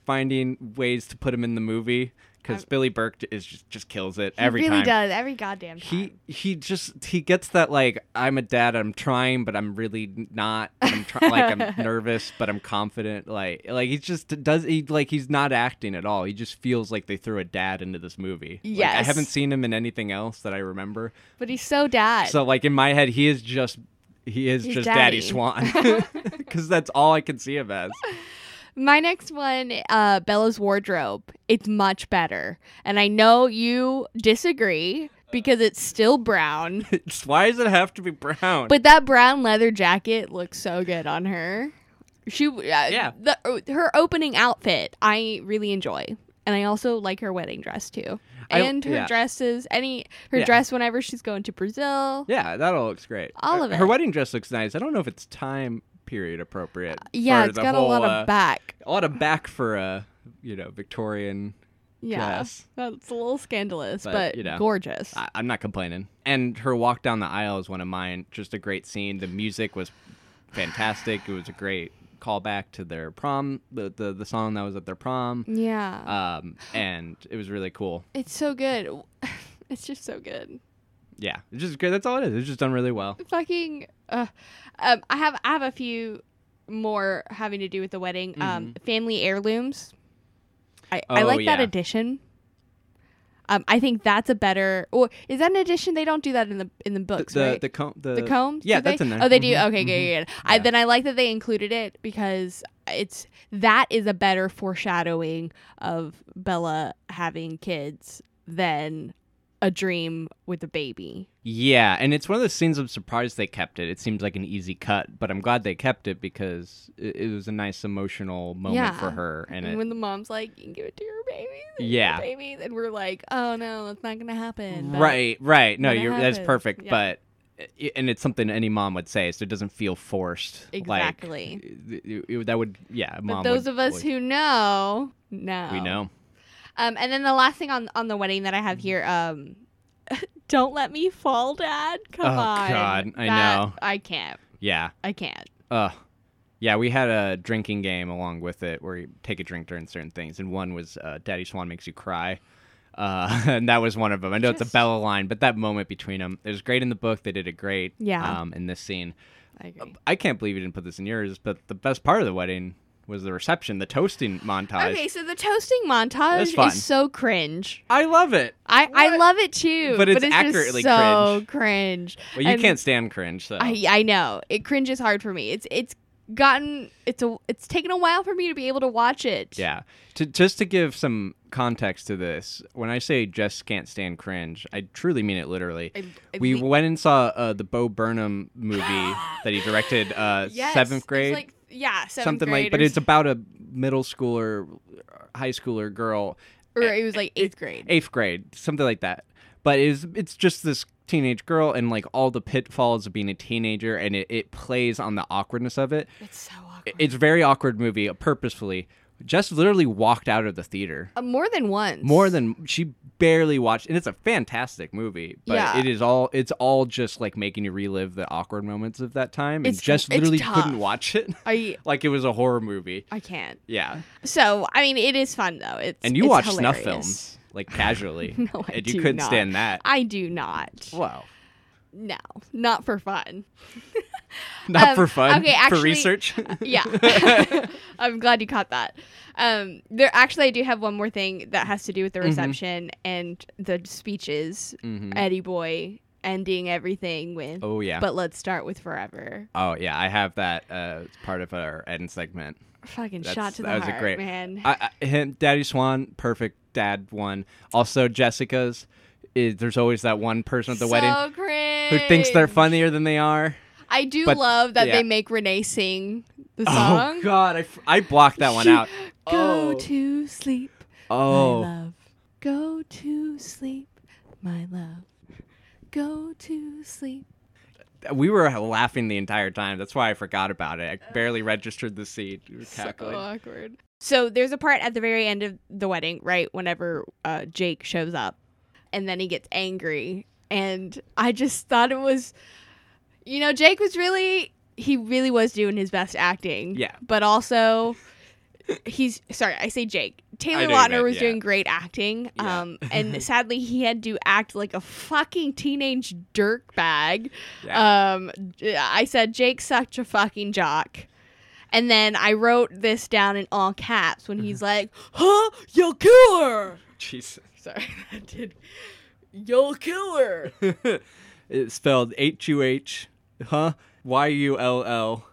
[SPEAKER 2] finding ways to put him in the movie because Billy Burke is just, just kills it every
[SPEAKER 1] he really
[SPEAKER 2] time.
[SPEAKER 1] does every goddamn time.
[SPEAKER 2] He he just he gets that like I'm a dad, I'm trying, but I'm really not. I'm try- like
[SPEAKER 1] *laughs*
[SPEAKER 2] I'm nervous, but I'm confident. Like like he just does he like he's not acting at all. He just feels like they threw a dad into this movie. Like, I
[SPEAKER 1] Yes.
[SPEAKER 2] haven't seen him in anything else that I remember.
[SPEAKER 1] but he's so dad.
[SPEAKER 2] So like in my head, he is just he is
[SPEAKER 1] He's
[SPEAKER 2] just Daddy,
[SPEAKER 1] Daddy.
[SPEAKER 2] Swan
[SPEAKER 1] *laughs*
[SPEAKER 2] *laughs* because that's all I can see him as. *laughs*
[SPEAKER 1] My next one, uh, Bella's wardrobe. It's much better, and I know you disagree because it's still brown.
[SPEAKER 2] *laughs* It's- Why does it have to be brown?
[SPEAKER 1] But that brown leather jacket looks so good on her. She yeah. The, uh, her opening outfit I really enjoy, and I also like her wedding dress too,
[SPEAKER 2] I-
[SPEAKER 1] and her
[SPEAKER 2] yeah.
[SPEAKER 1] dresses. Any her
[SPEAKER 2] Yeah.
[SPEAKER 1] dress whenever she's going to Brazil.
[SPEAKER 2] yeah, that all looks great.
[SPEAKER 1] All
[SPEAKER 2] Her-
[SPEAKER 1] of
[SPEAKER 2] Her
[SPEAKER 1] it.
[SPEAKER 2] wedding dress looks nice. I don't know if it's time period appropriate.
[SPEAKER 1] Uh, Yeah,
[SPEAKER 2] for
[SPEAKER 1] it's
[SPEAKER 2] the
[SPEAKER 1] got
[SPEAKER 2] whole,
[SPEAKER 1] a lot of
[SPEAKER 2] uh,
[SPEAKER 1] back.
[SPEAKER 2] a lot of back for a you know Victorian.
[SPEAKER 1] Yeah,
[SPEAKER 2] dress.
[SPEAKER 1] that's a little scandalous,
[SPEAKER 2] But,
[SPEAKER 1] but,
[SPEAKER 2] you know,
[SPEAKER 1] gorgeous.
[SPEAKER 2] I, I'm not complaining. And her walk down the aisle is one of mine. Just a great scene. The music was fantastic. It was a great callback to their prom, the the, the song that was at their prom.
[SPEAKER 1] yeah,
[SPEAKER 2] Um, and it was really cool.
[SPEAKER 1] it's so good. *laughs* it's just so good.
[SPEAKER 2] Yeah, it's just great. That's all it is. It's just done really well.
[SPEAKER 1] fucking uh, um, I have I have a few more having to do with the wedding. Um, family heirlooms. I, I
[SPEAKER 2] Mm-hmm. Oh,
[SPEAKER 1] like that
[SPEAKER 2] yeah.
[SPEAKER 1] addition. Um, I think that's a better. Or is that an addition? They don't do that in the in the books,
[SPEAKER 2] the
[SPEAKER 1] right?
[SPEAKER 2] the comb the,
[SPEAKER 1] the combs?
[SPEAKER 2] Yeah,
[SPEAKER 1] do they?
[SPEAKER 2] that's in there.
[SPEAKER 1] Oh, they do.
[SPEAKER 2] Mhm,
[SPEAKER 1] Okay,
[SPEAKER 2] mhm.
[SPEAKER 1] good, good, good. I,
[SPEAKER 2] Yeah.
[SPEAKER 1] then I like that they included it because it's that is a better foreshadowing of Bella having kids than a dream with a baby.
[SPEAKER 2] Yeah, and it's one of those scenes I'm surprised they kept it. It seems like an easy cut, but I'm glad they kept it because it, it was a nice emotional moment for
[SPEAKER 1] Yeah.
[SPEAKER 2] her. And
[SPEAKER 1] And
[SPEAKER 2] it,
[SPEAKER 1] when the mom's like, "You can give it to your babies," and your
[SPEAKER 2] Yeah.
[SPEAKER 1] babies, and we're like, "Oh no, that's not gonna happen." but-
[SPEAKER 2] right, right, no,
[SPEAKER 1] when it
[SPEAKER 2] you're that's
[SPEAKER 1] happens,
[SPEAKER 2] perfect.
[SPEAKER 1] yeah.
[SPEAKER 2] But i- and it's something any mom would say, so it doesn't feel forced. Like,
[SPEAKER 1] Exactly.
[SPEAKER 2] it- it- it- that would, yeah,
[SPEAKER 1] But
[SPEAKER 2] mom.
[SPEAKER 1] those
[SPEAKER 2] would-
[SPEAKER 1] of us
[SPEAKER 2] would-
[SPEAKER 1] who know, know.
[SPEAKER 2] we know,
[SPEAKER 1] Um, and then the last thing on on the wedding that I have here, um, *laughs* don't let me fall, Dad. Come
[SPEAKER 2] Oh,
[SPEAKER 1] on.
[SPEAKER 2] God, I
[SPEAKER 1] That-
[SPEAKER 2] know.
[SPEAKER 1] I can't.
[SPEAKER 2] yeah,
[SPEAKER 1] I can't.
[SPEAKER 2] uh, yeah. We had a drinking game along with it where you take a drink during certain things, and one was uh, "Daddy Swan makes you cry." Uh, *laughs* and that was one of them. I know it's
[SPEAKER 1] Just-
[SPEAKER 2] a Bella line, but that moment between them, it was great in the book. They did it great.
[SPEAKER 1] Yeah.
[SPEAKER 2] Um, in this scene,
[SPEAKER 1] I agree.
[SPEAKER 2] I can't believe you didn't put this in yours. But the best part of the wedding was the reception, the toasting montage.
[SPEAKER 1] Okay, so the toasting montage
[SPEAKER 2] fun.
[SPEAKER 1] is so cringe.
[SPEAKER 2] I love it.
[SPEAKER 1] I, I
[SPEAKER 2] What?
[SPEAKER 1] love it too,
[SPEAKER 2] But it's
[SPEAKER 1] just
[SPEAKER 2] accurately Oh.
[SPEAKER 1] so cringe.
[SPEAKER 2] Well, you
[SPEAKER 1] And-
[SPEAKER 2] can't stand cringe, so
[SPEAKER 1] I I know it cringes hard for me. It's it's gotten it's a it's taken a while for me to be able to watch it.
[SPEAKER 2] yeah. To, just to give some context to this, when I say just can't stand cringe, I truly mean it literally.
[SPEAKER 1] I- I
[SPEAKER 2] we
[SPEAKER 1] le-
[SPEAKER 2] went and saw uh, the Bo Burnham
[SPEAKER 1] *gasps*
[SPEAKER 2] movie that he directed uh,
[SPEAKER 1] Yes, it's
[SPEAKER 2] seventh grade.
[SPEAKER 1] like, yeah, seventh
[SPEAKER 2] something
[SPEAKER 1] grade
[SPEAKER 2] like but
[SPEAKER 1] or
[SPEAKER 2] it's about a middle schooler high schooler girl
[SPEAKER 1] or it was like eighth grade.
[SPEAKER 2] eighth grade, something like that. But it's it's just this teenage girl and like all the pitfalls of being a teenager, and it, it plays on the awkwardness of it.
[SPEAKER 1] It's so awkward.
[SPEAKER 2] I- It's a very awkward movie, uh, purposefully. Just literally walked out of the theater.
[SPEAKER 1] Uh, more than once.
[SPEAKER 2] More than she barely watched, and it's a fantastic movie. But
[SPEAKER 1] Yeah.
[SPEAKER 2] it is all it's all just like making you relive the awkward moments of that time, and
[SPEAKER 1] It's-
[SPEAKER 2] just
[SPEAKER 1] it's
[SPEAKER 2] literally
[SPEAKER 1] tough.
[SPEAKER 2] couldn't watch it, *laughs*
[SPEAKER 1] I
[SPEAKER 2] like it was a horror movie.
[SPEAKER 1] I can't.
[SPEAKER 2] Yeah,
[SPEAKER 1] So I mean, it is fun though. It's
[SPEAKER 2] and you
[SPEAKER 1] it's
[SPEAKER 2] watch
[SPEAKER 1] hilarious.
[SPEAKER 2] snuff films like casually,
[SPEAKER 1] *laughs* No, I
[SPEAKER 2] and you
[SPEAKER 1] do
[SPEAKER 2] couldn't
[SPEAKER 1] not.
[SPEAKER 2] stand that.
[SPEAKER 1] I do not.
[SPEAKER 2] Wow.
[SPEAKER 1] No, not for
[SPEAKER 2] *laughs*
[SPEAKER 1] fun.
[SPEAKER 2] Not
[SPEAKER 1] Um,
[SPEAKER 2] for fun.
[SPEAKER 1] okay, actually-
[SPEAKER 2] *laughs*
[SPEAKER 1] uh,
[SPEAKER 2] for research. *laughs*
[SPEAKER 1] yeah *laughs* i'm glad you caught that um there actually i do have one more thing that has to do with
[SPEAKER 2] Mm-hmm.
[SPEAKER 1] the reception and the speeches
[SPEAKER 2] Mhm.
[SPEAKER 1] eddie boy ending everything with
[SPEAKER 2] Oh yeah.
[SPEAKER 1] but let's start with forever
[SPEAKER 2] oh yeah, I have that uh, as part of our end segment.
[SPEAKER 1] fucking
[SPEAKER 2] That's-
[SPEAKER 1] shot to the
[SPEAKER 2] that was a
[SPEAKER 1] heart
[SPEAKER 2] great-
[SPEAKER 1] man
[SPEAKER 2] I, I, him, Daddy Swan, perfect dad one. Also Jessica's. Is, there's always that one person at the
[SPEAKER 1] so
[SPEAKER 2] wedding
[SPEAKER 1] cringe.
[SPEAKER 2] who thinks they're funnier than they are.
[SPEAKER 1] i do
[SPEAKER 2] but-
[SPEAKER 1] love that
[SPEAKER 2] yeah.
[SPEAKER 1] they make renee sing the song
[SPEAKER 2] Oh God, I, f- I blocked that one
[SPEAKER 1] She- *laughs*
[SPEAKER 2] out.
[SPEAKER 1] go
[SPEAKER 2] Oh.
[SPEAKER 1] to sleep my
[SPEAKER 2] Oh,
[SPEAKER 1] love. Go to sleep, my love. Go to sleep.
[SPEAKER 2] we were laughing the entire time. That's why I forgot about it. I barely registered the seed. We were cackling.
[SPEAKER 1] So uh, awkward. So there's a part at the very end of the wedding, right? Whenever uh, Jake shows up, and then he gets angry, and I just thought it was, you know, Jake was really he really was doing his best acting.
[SPEAKER 2] Yeah.
[SPEAKER 1] But also, he's sorry, I say Jake.
[SPEAKER 2] I
[SPEAKER 1] Taylor
[SPEAKER 2] know you
[SPEAKER 1] Lautner
[SPEAKER 2] meant-
[SPEAKER 1] was
[SPEAKER 2] yeah.
[SPEAKER 1] doing great acting,
[SPEAKER 2] Yeah.
[SPEAKER 1] um,
[SPEAKER 2] *laughs*
[SPEAKER 1] and sadly he had to act like a fucking teenage dirtbag. Um, I said Jake's such a fucking jock. And then I wrote this down in all caps when
[SPEAKER 2] Uh-huh.
[SPEAKER 1] he's like, "Huh, you'll kill her." *laughs*
[SPEAKER 2] Jesus.
[SPEAKER 1] Sorry, *laughs* that did. You'll kill
[SPEAKER 2] *laughs*
[SPEAKER 1] her.
[SPEAKER 2] It's spelled H U H, *laughs* huh? Y U L L,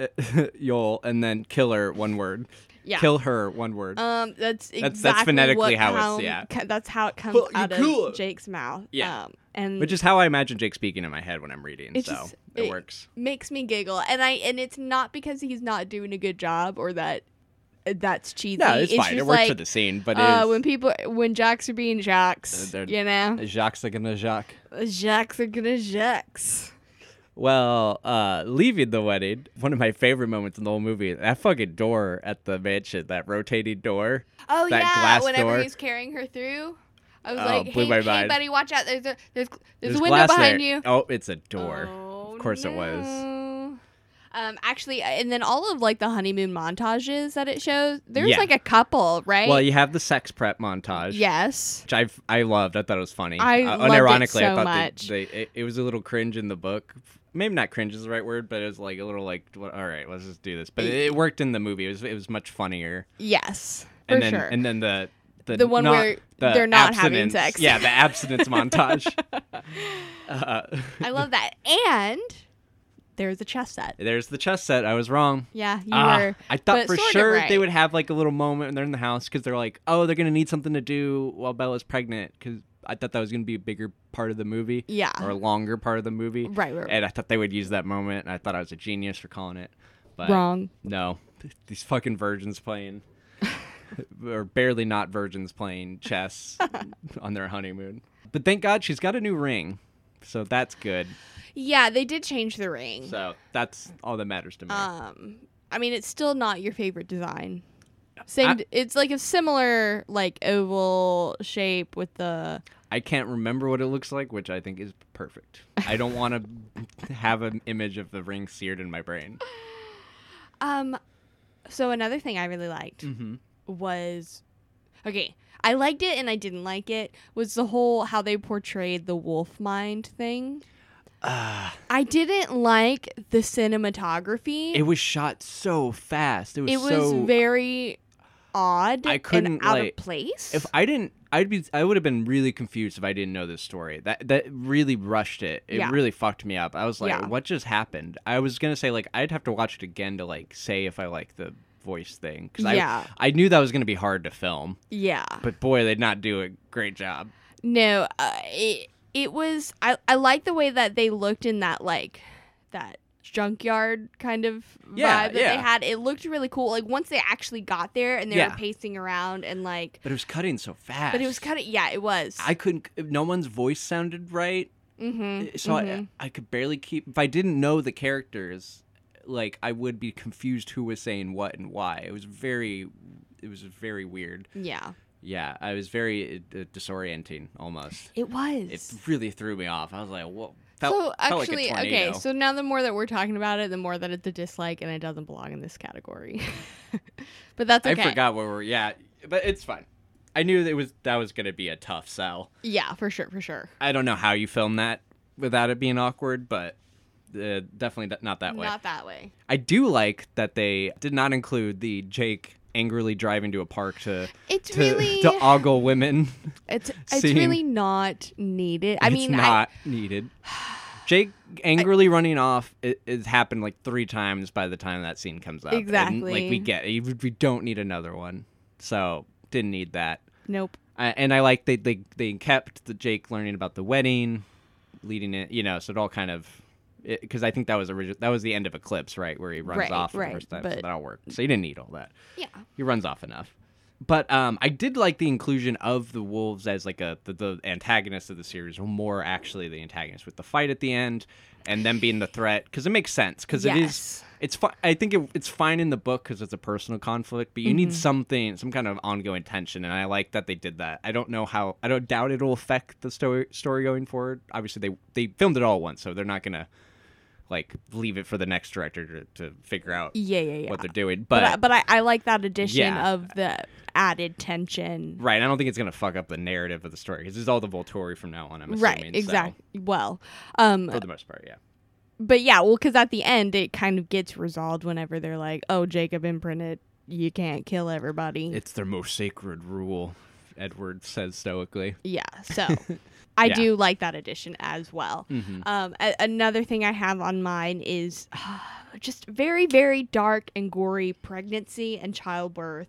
[SPEAKER 2] Yol, and then killer, one word.
[SPEAKER 1] Yeah.
[SPEAKER 2] Kill her, one word.
[SPEAKER 1] Um, that's exactly
[SPEAKER 2] that's
[SPEAKER 1] what
[SPEAKER 2] phonetically how it's-
[SPEAKER 1] come-
[SPEAKER 2] yeah.
[SPEAKER 1] ca- that's how it comes
[SPEAKER 2] Well, you
[SPEAKER 1] out
[SPEAKER 2] cool.
[SPEAKER 1] of Jake's mouth.
[SPEAKER 2] Yeah.
[SPEAKER 1] um, and
[SPEAKER 2] which is how I imagine Jake speaking in my head when I'm reading.
[SPEAKER 1] It
[SPEAKER 2] so
[SPEAKER 1] just-
[SPEAKER 2] it,
[SPEAKER 1] it-
[SPEAKER 2] works.
[SPEAKER 1] makes me giggle. And I and it's not because he's not doing a good job or that uh, that's cheesy.
[SPEAKER 2] No, it's, fine.
[SPEAKER 1] Just
[SPEAKER 2] It works
[SPEAKER 1] like,
[SPEAKER 2] for the scene, but
[SPEAKER 1] uh,
[SPEAKER 2] it
[SPEAKER 1] when people when jocks are being jocks,
[SPEAKER 2] They're-
[SPEAKER 1] you know,
[SPEAKER 2] is Jacques gonna Jacques?
[SPEAKER 1] jocks are gonna jocks.
[SPEAKER 2] Well, uh, leaving the wedding, one of my favorite moments in the whole movie, that fucking door at the mansion, that rotating door.
[SPEAKER 1] Oh
[SPEAKER 2] That
[SPEAKER 1] yeah,
[SPEAKER 2] glass
[SPEAKER 1] whenever
[SPEAKER 2] door.
[SPEAKER 1] he's carrying her through, I was
[SPEAKER 2] Oh,
[SPEAKER 1] like,
[SPEAKER 2] blew
[SPEAKER 1] hey,
[SPEAKER 2] my
[SPEAKER 1] hey,
[SPEAKER 2] mind.
[SPEAKER 1] buddy, watch out! There's a there's there's,
[SPEAKER 2] There's
[SPEAKER 1] a window
[SPEAKER 2] glass
[SPEAKER 1] behind
[SPEAKER 2] there.
[SPEAKER 1] you.
[SPEAKER 2] Oh, it's a door.
[SPEAKER 1] Oh,
[SPEAKER 2] of course it was.
[SPEAKER 1] no. Um, actually, and then all of like the honeymoon montages that it shows, there's
[SPEAKER 2] Yeah.
[SPEAKER 1] like a couple, right?
[SPEAKER 2] Well, you have the sex prep montage.
[SPEAKER 1] yes.
[SPEAKER 2] Which I I loved. I thought it was funny.
[SPEAKER 1] I
[SPEAKER 2] uh,
[SPEAKER 1] loved it
[SPEAKER 2] unironically,
[SPEAKER 1] so
[SPEAKER 2] I thought
[SPEAKER 1] much.
[SPEAKER 2] They, they, it, it was a little cringe in the book. Maybe not cringe is the right word, but it was like a little like, what, all right, let's just do this. But it, it worked in the movie. It was it was much funnier.
[SPEAKER 1] Yes. For
[SPEAKER 2] and then
[SPEAKER 1] sure.
[SPEAKER 2] and then the the,
[SPEAKER 1] The one
[SPEAKER 2] not-
[SPEAKER 1] where
[SPEAKER 2] the
[SPEAKER 1] they're not having
[SPEAKER 2] abstinence-
[SPEAKER 1] sex.
[SPEAKER 2] Yeah, the abstinence montage. Uh,
[SPEAKER 1] *laughs* I love that. And there's a chess set.
[SPEAKER 2] there's the chess set. I was wrong.
[SPEAKER 1] Yeah, you
[SPEAKER 2] Ah,
[SPEAKER 1] were.
[SPEAKER 2] I
[SPEAKER 1] but
[SPEAKER 2] thought for
[SPEAKER 1] sort of
[SPEAKER 2] sure they
[SPEAKER 1] right.
[SPEAKER 2] would have like a little moment when they're in the house because they're like, oh, they're gonna need something to do while Bella's pregnant because I thought that was gonna be a bigger part of the movie.
[SPEAKER 1] Yeah.
[SPEAKER 2] or a longer part of the movie.
[SPEAKER 1] Right, right, right.
[SPEAKER 2] And I thought they would use that moment, and I thought I was a genius for calling it. But
[SPEAKER 1] Wrong.
[SPEAKER 2] No, these fucking virgins
[SPEAKER 1] *laughs*
[SPEAKER 2] playing, or barely not virgins playing
[SPEAKER 1] *laughs*
[SPEAKER 2] chess on their honeymoon. But thank God she's got a new ring, so that's good.
[SPEAKER 1] Yeah, they did change the ring.
[SPEAKER 2] So that's all that matters to me.
[SPEAKER 1] Um, I mean, it's still not your favorite design. Same.
[SPEAKER 2] I-
[SPEAKER 1] d- it's like a similar like oval shape with the
[SPEAKER 2] I can't remember what it looks like, which I think is perfect. I don't want to *laughs* have an image of the ring seared in my brain.
[SPEAKER 1] Um, so another thing I really liked
[SPEAKER 2] Mhm.
[SPEAKER 1] was, okay, I liked it and I didn't like it was the whole how they portrayed the wolf mind thing.
[SPEAKER 2] Ah,
[SPEAKER 1] I didn't like the cinematography.
[SPEAKER 2] It was shot so fast. It was,
[SPEAKER 1] It was
[SPEAKER 2] so
[SPEAKER 1] very odd.
[SPEAKER 2] I couldn't,
[SPEAKER 1] and out
[SPEAKER 2] like-
[SPEAKER 1] of place.
[SPEAKER 2] If I didn't, I'd be, I would have been really confused if I didn't know this story. That that really rushed it. It
[SPEAKER 1] Yeah.
[SPEAKER 2] really fucked me up. I was like,
[SPEAKER 1] Yeah.
[SPEAKER 2] what just happened? I was gonna say like I'd have to watch it again to like say if I like the voice thing because
[SPEAKER 1] Yeah.
[SPEAKER 2] I I knew that was gonna be hard to film,
[SPEAKER 1] yeah,
[SPEAKER 2] but boy, they'd not do a great job.
[SPEAKER 1] no, uh, it it was. I I like the way that they looked in that like that junkyard kind of
[SPEAKER 2] Yeah,
[SPEAKER 1] vibe that
[SPEAKER 2] yeah.
[SPEAKER 1] they had. It looked really cool. Like once they actually got there and they
[SPEAKER 2] Yeah.
[SPEAKER 1] were pacing around and like,
[SPEAKER 2] But it was cutting so fast.
[SPEAKER 1] but it was kind of yeah, it was.
[SPEAKER 2] I couldn't. No one's voice sounded right,
[SPEAKER 1] mm-hmm,
[SPEAKER 2] so I I could barely keep. If I didn't know the characters, like I would be confused who was saying what and why. It was very. It was very weird.
[SPEAKER 1] yeah,
[SPEAKER 2] Yeah, I was very uh, uh, disorienting almost.
[SPEAKER 1] it was.
[SPEAKER 2] It really threw me off. I was like, "Whoa!" Felt,
[SPEAKER 1] so
[SPEAKER 2] felt
[SPEAKER 1] actually,
[SPEAKER 2] like a tornado.
[SPEAKER 1] okay. So now the more that we're talking about it, the more that it's a dislike, and it doesn't belong in this category. *laughs* but that's okay.
[SPEAKER 2] I forgot where we're. Yeah, but it's fine. I knew that it was that was gonna be a tough sell.
[SPEAKER 1] Yeah, for sure, for sure.
[SPEAKER 2] I don't know how you film that without it being awkward, but uh, definitely not that way.
[SPEAKER 1] Not that way.
[SPEAKER 2] I do like that they did not include the Jake angrily driving to a park to
[SPEAKER 1] It's
[SPEAKER 2] to,
[SPEAKER 1] really,
[SPEAKER 2] to ogle women. *laughs*
[SPEAKER 1] it's it's
[SPEAKER 2] scene.
[SPEAKER 1] really not needed. I mean,
[SPEAKER 2] it's not needed. Jake angrily running off it, it's happened like three times by the time that scene comes up. And, like we
[SPEAKER 1] Exactly.
[SPEAKER 2] get, we don't need another one, so didn't need that.
[SPEAKER 1] I nope.
[SPEAKER 2] I, Uh, and I like they, they they kept the Jake learning about the wedding, leading it, you know, so it all kind of because I think that was original that was the end of Eclipse, right, where he runs
[SPEAKER 1] Right,
[SPEAKER 2] off for
[SPEAKER 1] right,
[SPEAKER 2] the first time, so
[SPEAKER 1] but-
[SPEAKER 2] that all worked. So you didn't need all that.
[SPEAKER 1] Yeah.
[SPEAKER 2] He runs off enough. But um, I did like the inclusion of the wolves as like a the, the antagonist of the series, or more actually the antagonist with the fight at the end, and them being the threat because it makes sense because it is
[SPEAKER 1] Yes.
[SPEAKER 2] it's fi- I think it, it's fine in the book because it's a personal conflict, but you
[SPEAKER 1] Mm-hmm.
[SPEAKER 2] need something, some kind of ongoing tension, and I like that they did that. I don't know how I don't doubt it'll affect the story story going forward. Obviously, they they filmed it all at once, so they're not gonna like leave it for the next director to, to figure out
[SPEAKER 1] Yeah, yeah, yeah.
[SPEAKER 2] what they're doing.
[SPEAKER 1] but I, but I, I like that addition
[SPEAKER 2] Yeah.
[SPEAKER 1] of the added tension.
[SPEAKER 2] Right. I don't think it's gonna fuck up the narrative of the story because it's all the Volturi from now on. I'm assuming.
[SPEAKER 1] Right,
[SPEAKER 2] so,
[SPEAKER 1] exactly. Well, um,
[SPEAKER 2] for the most part, yeah.
[SPEAKER 1] but yeah, well, because at the end it kind of gets resolved whenever they're like, "Oh, Jacob imprinted, you can't kill everybody."
[SPEAKER 2] It's their most sacred rule. Edward says stoically.
[SPEAKER 1] Yeah,
[SPEAKER 2] *laughs*
[SPEAKER 1] so I
[SPEAKER 2] Yeah.
[SPEAKER 1] do like that edition as well.
[SPEAKER 2] Mm-hmm.
[SPEAKER 1] Um, a- another thing I have on mine is *sighs* just very, very dark and gory pregnancy and childbirth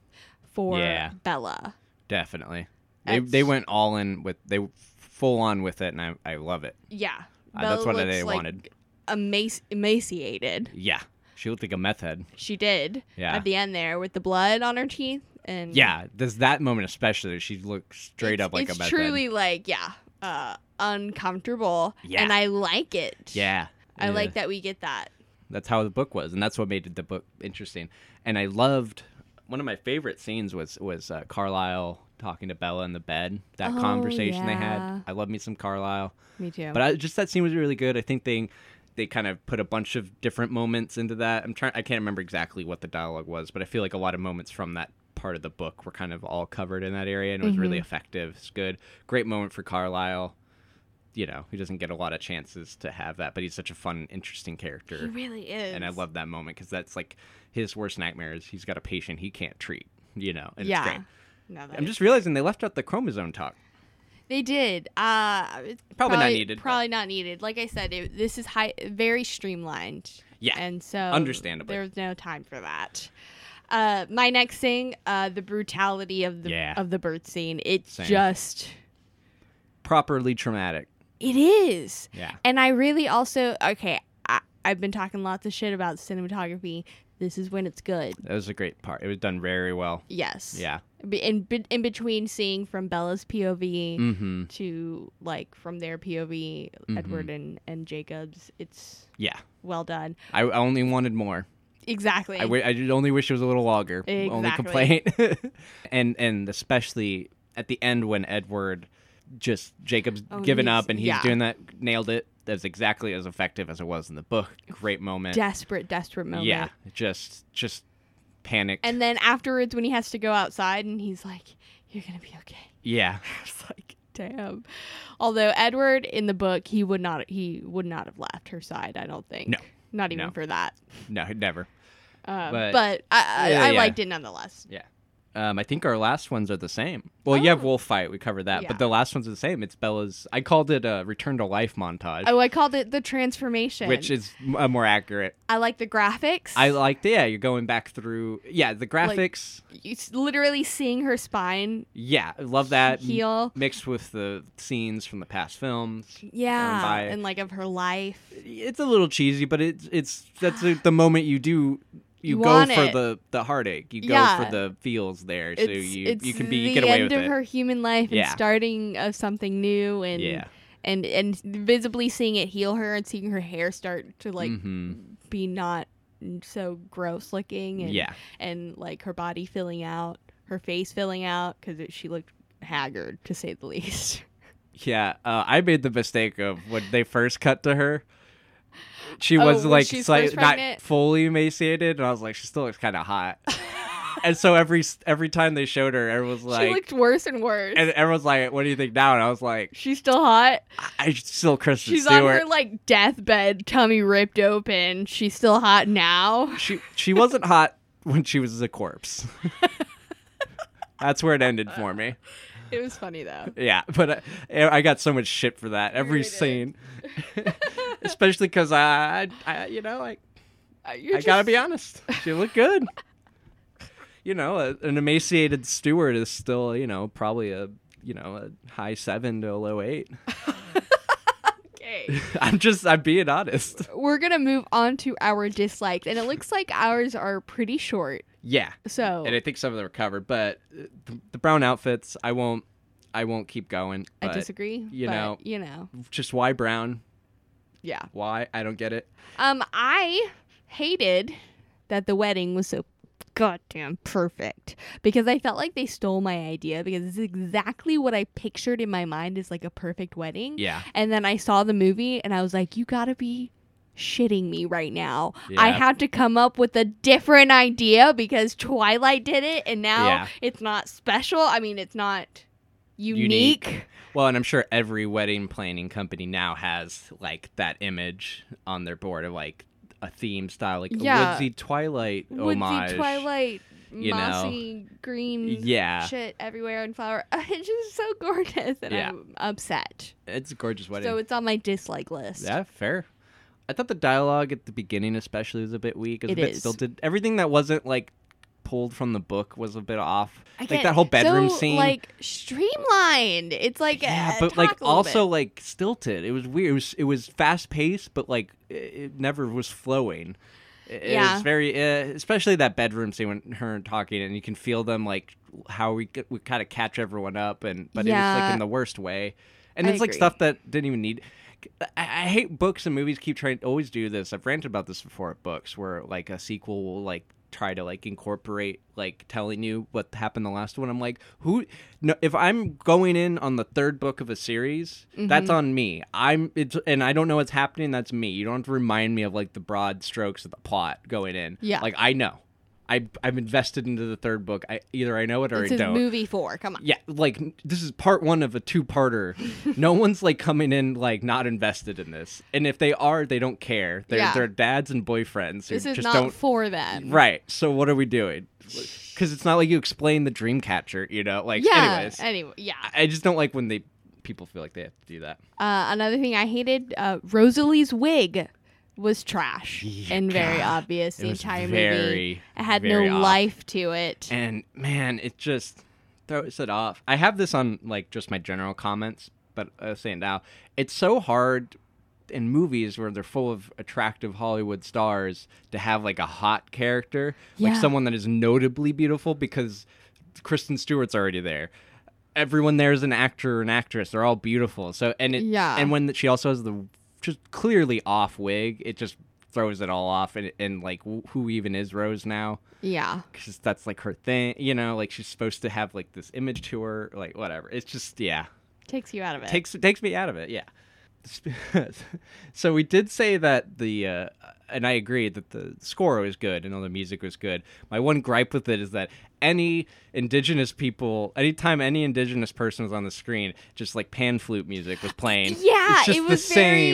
[SPEAKER 1] for
[SPEAKER 2] Yeah.
[SPEAKER 1] Bella.
[SPEAKER 2] Definitely. They,
[SPEAKER 1] That's-
[SPEAKER 2] they went all in with they full on with it, and I, I love it.
[SPEAKER 1] Yeah,
[SPEAKER 2] Uh, that's what
[SPEAKER 1] Bella
[SPEAKER 2] they
[SPEAKER 1] looks, like,
[SPEAKER 2] wanted.
[SPEAKER 1] Emaci- emaciated.
[SPEAKER 2] Yeah, she looked like a meth head.
[SPEAKER 1] She did
[SPEAKER 2] Yeah.
[SPEAKER 1] at the end there with the blood on her teeth and
[SPEAKER 2] Yeah, there's that moment especially. She looked straight
[SPEAKER 1] it's-
[SPEAKER 2] up like
[SPEAKER 1] it's
[SPEAKER 2] a meth
[SPEAKER 1] truly
[SPEAKER 2] head.
[SPEAKER 1] like yeah, uh, uncomfortable.
[SPEAKER 2] Yeah.
[SPEAKER 1] and I like it.
[SPEAKER 2] Yeah,
[SPEAKER 1] I
[SPEAKER 2] Yeah.
[SPEAKER 1] like that we get that.
[SPEAKER 2] That's how the book was, and that's what made the book interesting. And I loved one of my favorite scenes was was uh, Carlisle talking to Bella in the bed. That
[SPEAKER 1] Oh,
[SPEAKER 2] conversation they
[SPEAKER 1] yeah.
[SPEAKER 2] had. I love me some Carlisle.
[SPEAKER 1] Me too.
[SPEAKER 2] But I, just that scene was really good. I think they they kind of put a bunch of different moments into that. I'm trying. I can't remember exactly what the dialogue was, but I feel like a lot of moments from that part of the book were kind of all covered in that area, and it was really
[SPEAKER 1] Mm-hmm.
[SPEAKER 2] effective. It's good. Great moment for Carlisle. You know, he doesn't get a lot of chances to have that, but he's such a fun, interesting character.
[SPEAKER 1] he really is.
[SPEAKER 2] and I love that moment because that's like his worst nightmare is he's got a patient he can't treat. You know, and
[SPEAKER 1] yeah.
[SPEAKER 2] it's great.
[SPEAKER 1] No, that
[SPEAKER 2] I'm
[SPEAKER 1] is-
[SPEAKER 2] just realizing they left out the chromosome talk.
[SPEAKER 1] They did. Uh, it's
[SPEAKER 2] Probably not needed, but-
[SPEAKER 1] Probably not needed. Like I said, it, this is high, very streamlined.
[SPEAKER 2] Yeah,
[SPEAKER 1] and so
[SPEAKER 2] understandably.
[SPEAKER 1] there's no time for that. Uh, my next thing, uh, the brutality of the
[SPEAKER 2] Yeah.
[SPEAKER 1] of the birth scene. It's
[SPEAKER 2] Same.
[SPEAKER 1] just
[SPEAKER 2] Properly traumatic.
[SPEAKER 1] it is.
[SPEAKER 2] Yeah.
[SPEAKER 1] And I really also okay. I, I've been talking lots of shit about cinematography. This is when it's good.
[SPEAKER 2] That was a great part. It was done very well.
[SPEAKER 1] Yes.
[SPEAKER 2] Yeah.
[SPEAKER 1] Be- In be- in between seeing from Bella's POV.
[SPEAKER 2] Mm-hmm.
[SPEAKER 1] to like from their POV, Edward and, and Jacobs. It's
[SPEAKER 2] Yeah.
[SPEAKER 1] well done.
[SPEAKER 2] I, I only wanted more.
[SPEAKER 1] Exactly.
[SPEAKER 2] I, w- I just only wish it was a little longer. Only
[SPEAKER 1] Exactly.
[SPEAKER 2] complaint. *laughs* and and especially at the end when Edward just Jacob's
[SPEAKER 1] Oh,
[SPEAKER 2] given
[SPEAKER 1] he's-
[SPEAKER 2] up and he's
[SPEAKER 1] yeah.
[SPEAKER 2] doing that nailed it. That's exactly as effective as it was in the book. Great moment.
[SPEAKER 1] desperate, desperate moment.
[SPEAKER 2] Yeah. Just just panic.
[SPEAKER 1] And then afterwards, when he has to go outside and he's like, "You're gonna be okay." *laughs*
[SPEAKER 2] yeah.
[SPEAKER 1] It's like, damn. Although Edward in the book, he would not he would not have left her side. I don't think.
[SPEAKER 2] No.
[SPEAKER 1] Not even
[SPEAKER 2] No.
[SPEAKER 1] for that.
[SPEAKER 2] No, *laughs* never.
[SPEAKER 1] Um, but
[SPEAKER 2] But-
[SPEAKER 1] I, I,
[SPEAKER 2] Yeah,
[SPEAKER 1] I
[SPEAKER 2] yeah.
[SPEAKER 1] liked it nonetheless.
[SPEAKER 2] Yeah. Um, I think our last ones are the same. Well, you have Wolf Fight. We covered that.
[SPEAKER 1] Oh. Yeah.
[SPEAKER 2] But the last one's the same. It's Bella's. I called it a Return to Life montage.
[SPEAKER 1] Oh, I called it the transformation.
[SPEAKER 2] which is m- uh, more accurate.
[SPEAKER 1] I like the graphics.
[SPEAKER 2] I liked, yeah, you're going back through, yeah, the graphics,
[SPEAKER 1] You s- literally seeing her spine
[SPEAKER 2] yeah, I love that m-
[SPEAKER 1] heal.
[SPEAKER 2] mixed with the scenes from the past films.
[SPEAKER 1] Yeah,
[SPEAKER 2] by-
[SPEAKER 1] and like of her life.
[SPEAKER 2] It's a little cheesy, but it's it's that's the the moment you do. You,
[SPEAKER 1] You
[SPEAKER 2] go
[SPEAKER 1] want
[SPEAKER 2] for
[SPEAKER 1] it.
[SPEAKER 2] the, the heartache. You go
[SPEAKER 1] Yeah.
[SPEAKER 2] for the feels there, so
[SPEAKER 1] It's,
[SPEAKER 2] you,
[SPEAKER 1] it's
[SPEAKER 2] you can be
[SPEAKER 1] the
[SPEAKER 2] you get away
[SPEAKER 1] end
[SPEAKER 2] with
[SPEAKER 1] of
[SPEAKER 2] it.
[SPEAKER 1] her human life and
[SPEAKER 2] Yeah.
[SPEAKER 1] starting of something new, and
[SPEAKER 2] Yeah.
[SPEAKER 1] and and visibly seeing it heal her and seeing her hair start to like
[SPEAKER 2] hmm
[SPEAKER 1] be not so gross looking, and
[SPEAKER 2] Yeah,
[SPEAKER 1] and like her body filling out, her face filling out because she looked haggard to say the least. *laughs*
[SPEAKER 2] yeah. Uh, I made the mistake of when they first cut to her. She
[SPEAKER 1] Oh,
[SPEAKER 2] was
[SPEAKER 1] when
[SPEAKER 2] like,
[SPEAKER 1] she's
[SPEAKER 2] slight-
[SPEAKER 1] first
[SPEAKER 2] not
[SPEAKER 1] pregnant?
[SPEAKER 2] fully emaciated, and I was like, she still looks kind of hot. and so every every time they showed her, everyone was
[SPEAKER 1] she
[SPEAKER 2] like,
[SPEAKER 1] looked worse and worse.
[SPEAKER 2] and everyone's like, "What do you think now?" And I was like,
[SPEAKER 1] She's still hot.
[SPEAKER 2] "I, I still Kristen
[SPEAKER 1] She's on
[SPEAKER 2] Stewart."
[SPEAKER 1] her like deathbed, tummy ripped open. She's still hot now. *laughs*
[SPEAKER 2] she she wasn't hot when she was a corpse. *laughs* That's where it ended for me.
[SPEAKER 1] It was funny though.
[SPEAKER 2] Yeah, but uh, I, I got so much shit for that every
[SPEAKER 1] really did.
[SPEAKER 2] scene, *laughs* especially because I, I, you know, like
[SPEAKER 1] Uh, You're
[SPEAKER 2] I gotta
[SPEAKER 1] just-
[SPEAKER 2] be honest, she looked good. *laughs* you know, a, an emaciated steward is still, you know, probably a you know a high seven to a low eight. *laughs*
[SPEAKER 1] *laughs* Okay.
[SPEAKER 2] I'm just I'm being honest.
[SPEAKER 1] We're gonna move on to our dislikes, and it looks like ours are pretty short.
[SPEAKER 2] Yeah,
[SPEAKER 1] So
[SPEAKER 2] and I think some of them are covered, but uh, the, the brown outfits, I won't, I won't keep going.
[SPEAKER 1] I
[SPEAKER 2] but
[SPEAKER 1] disagree.
[SPEAKER 2] you
[SPEAKER 1] but,
[SPEAKER 2] know.
[SPEAKER 1] you know,
[SPEAKER 2] Just why brown?
[SPEAKER 1] yeah.
[SPEAKER 2] Why? I don't get it.
[SPEAKER 1] Um, I hated that the wedding was so goddamn perfect because I felt like they stole my idea because this is exactly what I pictured in my mind as like a perfect wedding.
[SPEAKER 2] Yeah.
[SPEAKER 1] And then I saw the movie and I was like, you gotta be shitting me right now. I
[SPEAKER 2] Yeah.
[SPEAKER 1] had to come up with a different idea because Twilight did it and now
[SPEAKER 2] Yeah.
[SPEAKER 1] it's not special. I mean, it's not
[SPEAKER 2] Unique.
[SPEAKER 1] unique.
[SPEAKER 2] Well, and I'm sure every wedding planning company now has like that image on their board of like a theme style, like a
[SPEAKER 1] Yeah.
[SPEAKER 2] woodsy twilight
[SPEAKER 1] Woodsy
[SPEAKER 2] homage.
[SPEAKER 1] Twilight
[SPEAKER 2] Oh you know.
[SPEAKER 1] mossy green
[SPEAKER 2] Yeah.
[SPEAKER 1] shit everywhere and flower. *laughs* It's just so gorgeous, and
[SPEAKER 2] Yeah.
[SPEAKER 1] I'm upset.
[SPEAKER 2] It's a gorgeous wedding.
[SPEAKER 1] So it's on my dislike list.
[SPEAKER 2] Yeah, fair. I thought the dialogue at the beginning, especially, was a bit weak. It was
[SPEAKER 1] It
[SPEAKER 2] a bit
[SPEAKER 1] is.
[SPEAKER 2] stilted. Everything that wasn't like pulled from the book was a bit off.
[SPEAKER 1] I
[SPEAKER 2] like that
[SPEAKER 1] can't-
[SPEAKER 2] whole bedroom
[SPEAKER 1] so,
[SPEAKER 2] scene.
[SPEAKER 1] like streamlined. It's like
[SPEAKER 2] yeah,
[SPEAKER 1] uh,
[SPEAKER 2] but
[SPEAKER 1] talk
[SPEAKER 2] like
[SPEAKER 1] a little
[SPEAKER 2] also
[SPEAKER 1] bit.
[SPEAKER 2] like stilted. It was weird. It was it was fast paced, but like it, it never was flowing. It, it
[SPEAKER 1] Yeah.
[SPEAKER 2] was very, uh, especially that bedroom scene when her and talking, and you can feel them like how we get- we kind of catch everyone up, and but it was like
[SPEAKER 1] Yeah.
[SPEAKER 2] in the worst way. And
[SPEAKER 1] I
[SPEAKER 2] it's like
[SPEAKER 1] agree.
[SPEAKER 2] stuff that didn't even need. I, I hate books and movies keep trying to always do this. I've ranted about this before at books where like a sequel will like try to like incorporate like telling you what happened in the last one. I'm like, who no if I'm going in on the third book of a series, that's on me. I'm it's and I don't know what's happening, that's me. You don't have to remind me of like the broad strokes of the plot going in.
[SPEAKER 1] Yeah.
[SPEAKER 2] Like I know. I I'm invested into the third book. I either I know it or
[SPEAKER 1] this
[SPEAKER 2] I
[SPEAKER 1] is
[SPEAKER 2] don't.
[SPEAKER 1] movie four. Come on.
[SPEAKER 2] Yeah, like n- this is part one of a two-parter.
[SPEAKER 1] *laughs*
[SPEAKER 2] no one's like coming in like not invested in this, and if they are, they don't care. They're
[SPEAKER 1] Yeah.
[SPEAKER 2] they're dads and boyfriends who
[SPEAKER 1] This is
[SPEAKER 2] just
[SPEAKER 1] not
[SPEAKER 2] don't.
[SPEAKER 1] for them.
[SPEAKER 2] right. So what are we doing? Because it's not like you explain the Dreamcatcher, you know. Like,
[SPEAKER 1] Yeah.
[SPEAKER 2] anyways, I
[SPEAKER 1] Anyway, yeah.
[SPEAKER 2] I just don't like when they people feel like they have to do that.
[SPEAKER 1] Uh, another thing I hated, uh, Rosalie's wig was trash and very obvious. The
[SPEAKER 2] was
[SPEAKER 1] entire
[SPEAKER 2] very,
[SPEAKER 1] movie, it had
[SPEAKER 2] very
[SPEAKER 1] no
[SPEAKER 2] off.
[SPEAKER 1] life to it.
[SPEAKER 2] And man, it just throws it off. I have this on like just my general comments, but I was saying now, it's so hard in movies where they're full of attractive Hollywood stars to have like a hot character, like
[SPEAKER 1] Yeah.
[SPEAKER 2] someone that is notably beautiful because Kristen Stewart's already there. Everyone there is an actor or an actress. They're all beautiful. So and it
[SPEAKER 1] Yeah.
[SPEAKER 2] and when she also has the just clearly off wig, it just throws it all off. And, and like wh- who even is Rose now?
[SPEAKER 1] yeah.
[SPEAKER 2] because that's like her thing, you know, like she's supposed to have like this image to her, like whatever. It's just yeah,
[SPEAKER 1] Takes you out of it.
[SPEAKER 2] takes takes me out of it. Yeah. *laughs* so we did say that the uh, and I agree that the score was good and all the music was good. My one gripe with it is that any indigenous people, anytime any indigenous person was on the screen, just like pan flute music was playing.
[SPEAKER 1] Yeah,
[SPEAKER 2] it's just
[SPEAKER 1] it
[SPEAKER 2] the
[SPEAKER 1] was
[SPEAKER 2] same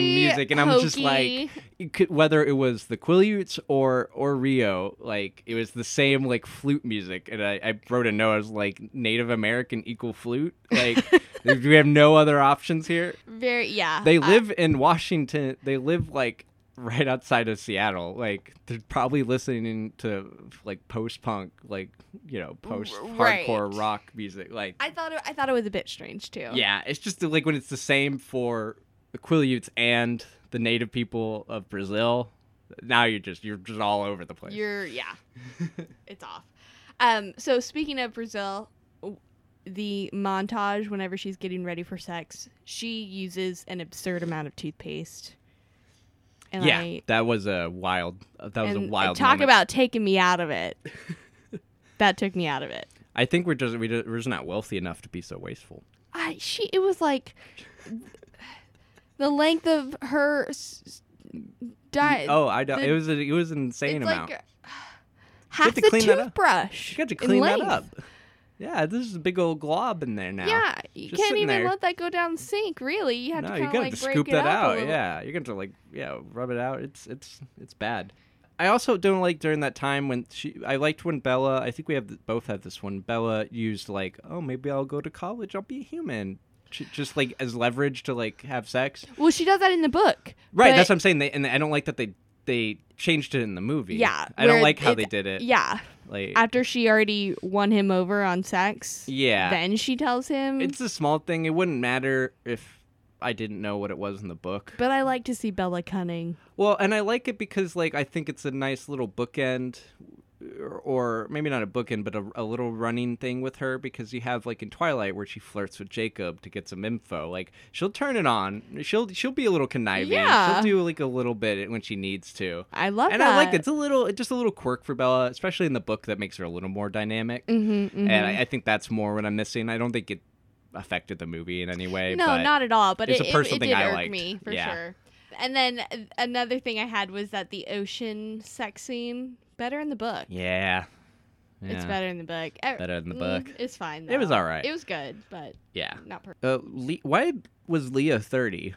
[SPEAKER 1] very
[SPEAKER 2] music, and I'm just like,
[SPEAKER 1] hokey.
[SPEAKER 2] you could, whether it was the Quileutes or or Rio, like it was the same like flute music, and I, I wrote a note. I was like, Native American equal flute.
[SPEAKER 1] *laughs*
[SPEAKER 2] Like, do we have no other options here?
[SPEAKER 1] very yeah.
[SPEAKER 2] They
[SPEAKER 1] I-
[SPEAKER 2] live in Washington. They live like right outside of Seattle. Like they're probably listening to like post punk, like you know, post hardcore
[SPEAKER 1] right.
[SPEAKER 2] rock music. Like
[SPEAKER 1] I thought it, I thought it was a bit strange too.
[SPEAKER 2] yeah, it's just like when it's the same for the Quileutes and the native people of Brazil. Now you're just you're just all over the place.
[SPEAKER 1] You're yeah. *laughs* it's off. Um so speaking of Brazil, w- the montage whenever she's getting ready for sex, she uses an absurd amount of toothpaste. And
[SPEAKER 2] yeah,
[SPEAKER 1] I
[SPEAKER 2] that was a wild. That was
[SPEAKER 1] and
[SPEAKER 2] a wild.
[SPEAKER 1] talk
[SPEAKER 2] moment.
[SPEAKER 1] about taking me out of
[SPEAKER 2] *laughs*
[SPEAKER 1] it. that took me out of it.
[SPEAKER 2] I think we're just we just, we're just not wealthy enough to be so wasteful.
[SPEAKER 1] I she it was like the length of her s- s- di-
[SPEAKER 2] Oh, I don't.
[SPEAKER 1] the-
[SPEAKER 2] it was a, it was an insane
[SPEAKER 1] it's
[SPEAKER 2] amount.
[SPEAKER 1] like *sighs* half
[SPEAKER 2] to
[SPEAKER 1] the
[SPEAKER 2] clean that up.
[SPEAKER 1] toothbrush.
[SPEAKER 2] You got to
[SPEAKER 1] in
[SPEAKER 2] clean that
[SPEAKER 1] length.
[SPEAKER 2] up. Yeah, this is a big old glob in there now.
[SPEAKER 1] Yeah, you
[SPEAKER 2] Just
[SPEAKER 1] can't
[SPEAKER 2] sitting
[SPEAKER 1] even
[SPEAKER 2] there.
[SPEAKER 1] let that go down the sink. Really, you have
[SPEAKER 2] no,
[SPEAKER 1] to
[SPEAKER 2] you
[SPEAKER 1] kind
[SPEAKER 2] gotta
[SPEAKER 1] of like break
[SPEAKER 2] scoop
[SPEAKER 1] it up
[SPEAKER 2] that
[SPEAKER 1] a
[SPEAKER 2] out.
[SPEAKER 1] little.
[SPEAKER 2] Yeah, you're gonna like yeah rub it out. It's it's it's bad. I also don't like during that time when she. I liked when Bella. I think we have th- both had this one. Bella used like, oh, maybe I'll go to college. I'll be a human. She, just like as leverage to like have sex.
[SPEAKER 1] Well, she does that in the book.
[SPEAKER 2] Right.
[SPEAKER 1] but-
[SPEAKER 2] that's what I'm saying. They, and I don't like that they they changed it in the movie.
[SPEAKER 1] Yeah,
[SPEAKER 2] I don't
[SPEAKER 1] where
[SPEAKER 2] like how they
[SPEAKER 1] it's-
[SPEAKER 2] did it.
[SPEAKER 1] Yeah,
[SPEAKER 2] Like.
[SPEAKER 1] after she already won him over on sex.
[SPEAKER 2] yeah.
[SPEAKER 1] Then she tells him.
[SPEAKER 2] It's a small thing. It wouldn't matter if I didn't know what it was in the book.
[SPEAKER 1] but I like to see Bella cunning.
[SPEAKER 2] Well, and I like it because like I think it's a nice little bookend or, or maybe not a bookend but a, a little running thing with her because you have like in Twilight where she flirts with Jacob to get some info. Like she'll turn it on. She'll she'll be a little conniving.
[SPEAKER 1] Yeah.
[SPEAKER 2] She'll do like a little bit when she needs to.
[SPEAKER 1] I love
[SPEAKER 2] and
[SPEAKER 1] that.
[SPEAKER 2] I like it. It's a little it's just a little quirk for Bella, especially in the book that makes her a little more dynamic.
[SPEAKER 1] Mm-hmm,
[SPEAKER 2] And I, I think that's more what I'm missing. I don't think it affected the movie in any way.
[SPEAKER 1] No,
[SPEAKER 2] but...
[SPEAKER 1] not at all. But
[SPEAKER 2] it's
[SPEAKER 1] it,
[SPEAKER 2] a
[SPEAKER 1] it-
[SPEAKER 2] personal
[SPEAKER 1] it
[SPEAKER 2] thing
[SPEAKER 1] did
[SPEAKER 2] I
[SPEAKER 1] irk
[SPEAKER 2] liked.
[SPEAKER 1] me for
[SPEAKER 2] Yeah.
[SPEAKER 1] sure. And then uh, another thing I had was that the ocean sex scene better in the book.
[SPEAKER 2] Yeah.
[SPEAKER 1] It's
[SPEAKER 2] Yeah.
[SPEAKER 1] better in the book. Eh,
[SPEAKER 2] Better in the
[SPEAKER 1] mm,
[SPEAKER 2] book.
[SPEAKER 1] It's fine.
[SPEAKER 2] It was
[SPEAKER 1] though.
[SPEAKER 2] all right.
[SPEAKER 1] It was good, but
[SPEAKER 2] Yeah.
[SPEAKER 1] not perfect.
[SPEAKER 2] Uh, Le- why was Leah 30?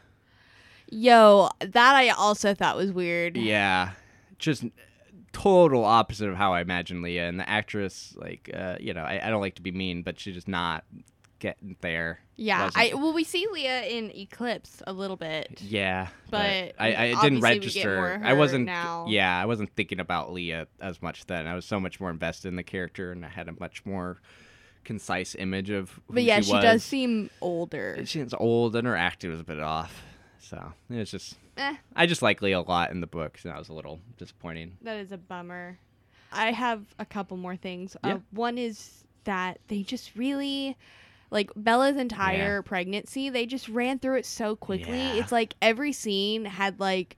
[SPEAKER 1] Yo, that I also thought was weird.
[SPEAKER 2] Yeah. Just total opposite of how I imagine Leah. And the actress, like, uh, you know, I, I don't like to be mean, but she's just not getting there.
[SPEAKER 1] Yeah,
[SPEAKER 2] Wasn't-
[SPEAKER 1] I well we see Leah in Eclipse a little bit.
[SPEAKER 2] Yeah,
[SPEAKER 1] But
[SPEAKER 2] I,
[SPEAKER 1] obviously
[SPEAKER 2] I
[SPEAKER 1] we
[SPEAKER 2] didn't
[SPEAKER 1] get more
[SPEAKER 2] register.
[SPEAKER 1] of
[SPEAKER 2] I
[SPEAKER 1] her
[SPEAKER 2] wasn't.
[SPEAKER 1] now.
[SPEAKER 2] Yeah, I wasn't thinking about Leah as much then. I was so much more invested in the character, and I had a much more concise image of. Who
[SPEAKER 1] But yeah,
[SPEAKER 2] she,
[SPEAKER 1] she,
[SPEAKER 2] was.
[SPEAKER 1] does seem older.
[SPEAKER 2] She's old, and her acting was a bit off. So it was just.
[SPEAKER 1] Eh.
[SPEAKER 2] I just like Leah a lot in the books, and that was a little disappointing.
[SPEAKER 1] That is a bummer. I have a couple more things.
[SPEAKER 2] Yeah.
[SPEAKER 1] Uh, one is that they just really, like Bella's entire
[SPEAKER 2] Yeah.
[SPEAKER 1] pregnancy, they just ran through it so quickly.
[SPEAKER 2] Yeah.
[SPEAKER 1] It's like every scene had like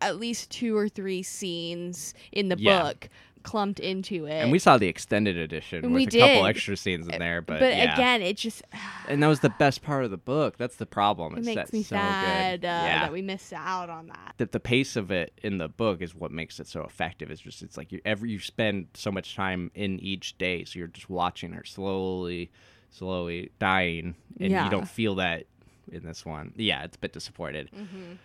[SPEAKER 1] at least two or three scenes in the
[SPEAKER 2] Yeah.
[SPEAKER 1] book clumped into it.
[SPEAKER 2] And we saw the extended edition
[SPEAKER 1] And
[SPEAKER 2] with
[SPEAKER 1] Eh. we
[SPEAKER 2] a couple
[SPEAKER 1] did. Eh,
[SPEAKER 2] extra scenes in there, but,
[SPEAKER 1] but
[SPEAKER 2] yeah.
[SPEAKER 1] again, it just *sighs*
[SPEAKER 2] and that was the best part of the book. That's the problem.
[SPEAKER 1] it
[SPEAKER 2] It's
[SPEAKER 1] makes
[SPEAKER 2] that's
[SPEAKER 1] me
[SPEAKER 2] so
[SPEAKER 1] sad
[SPEAKER 2] Good.
[SPEAKER 1] uh,
[SPEAKER 2] yeah.
[SPEAKER 1] that we missed out on that.
[SPEAKER 2] the, the pace of it in the book is what makes it so effective. It's just it's like you every you spend so much time in each day, so you're just watching her slowly, slowly dying, and
[SPEAKER 1] Yeah.
[SPEAKER 2] you don't feel that in this one. Yeah, it's a bit disappointed.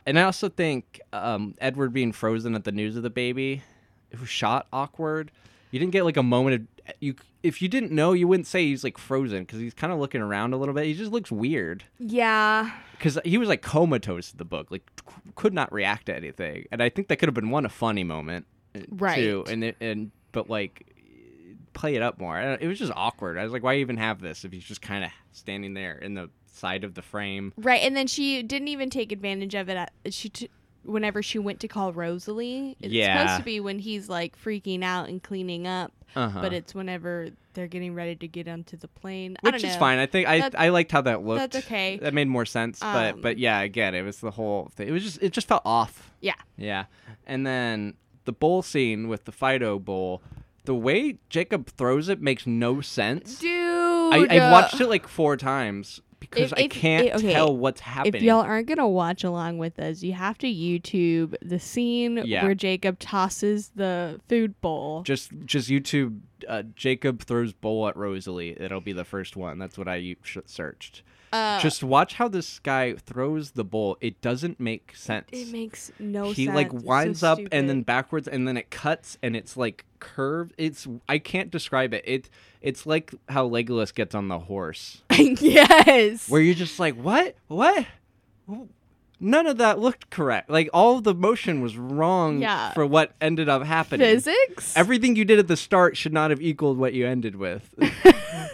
[SPEAKER 2] And I also think um, Edward being frozen at the news of the baby, it was shot awkward. You didn't get like a moment of you. If you didn't know, you wouldn't say he's like frozen because he's kind of looking around a little bit. He just looks weird
[SPEAKER 1] Yeah,
[SPEAKER 2] because he was like comatose in the book, like c- could not react to anything, and I think that could have been one a funny moment, uh, Too,
[SPEAKER 1] Right.
[SPEAKER 2] and it, and but like play it up more. I don't- It was just awkward. I was like, why even have this if he's just kind of standing there in the side of the frame?
[SPEAKER 1] Right, and then she didn't even take advantage of it. At, she t- whenever she went to call Rosalie, it's
[SPEAKER 2] Yeah.
[SPEAKER 1] supposed to be when he's like freaking out and cleaning up,
[SPEAKER 2] Uh-huh.
[SPEAKER 1] but it's whenever they're getting ready to get onto the plane. I
[SPEAKER 2] Which
[SPEAKER 1] don't
[SPEAKER 2] is
[SPEAKER 1] know.
[SPEAKER 2] fine. I think I
[SPEAKER 1] That-
[SPEAKER 2] I liked how that looked.
[SPEAKER 1] that's okay.
[SPEAKER 2] That made more sense.
[SPEAKER 1] Um,
[SPEAKER 2] but but yeah, again, it was the whole thing. It was just it just felt off.
[SPEAKER 1] Yeah,
[SPEAKER 2] Yeah. And then the bowl scene with the Fido bowl, the way Jacob throws it makes no sense.
[SPEAKER 1] dude.
[SPEAKER 2] I, I watched it like four times because
[SPEAKER 1] If-
[SPEAKER 2] I
[SPEAKER 1] if-
[SPEAKER 2] can't
[SPEAKER 1] eh, okay.
[SPEAKER 2] tell what's happening.
[SPEAKER 1] If y'all aren't gonna watch along with us, you have to YouTube the scene
[SPEAKER 2] Yeah.
[SPEAKER 1] where Jacob tosses the food bowl.
[SPEAKER 2] just just YouTube uh, Jacob throws bowl at Rosalie. It'll be the first one. That's what I u- sh- searched.
[SPEAKER 1] Uh,
[SPEAKER 2] just watch how this guy throws the bowl. It doesn't make sense.
[SPEAKER 1] It makes no
[SPEAKER 2] he
[SPEAKER 1] sense.
[SPEAKER 2] like
[SPEAKER 1] It's so
[SPEAKER 2] winds up
[SPEAKER 1] stupid.
[SPEAKER 2] and then backwards and then it cuts and it's like curved. It's I can't describe it. It it's like how Legolas gets on the horse,
[SPEAKER 1] *laughs* yes.
[SPEAKER 2] where you're just like, what, what? None of that looked correct. Like all the motion was wrong
[SPEAKER 1] Yeah.
[SPEAKER 2] for what ended up happening.
[SPEAKER 1] Physics.
[SPEAKER 2] Everything you did at the start should not have equaled what you ended with.
[SPEAKER 1] *laughs*
[SPEAKER 2] *laughs*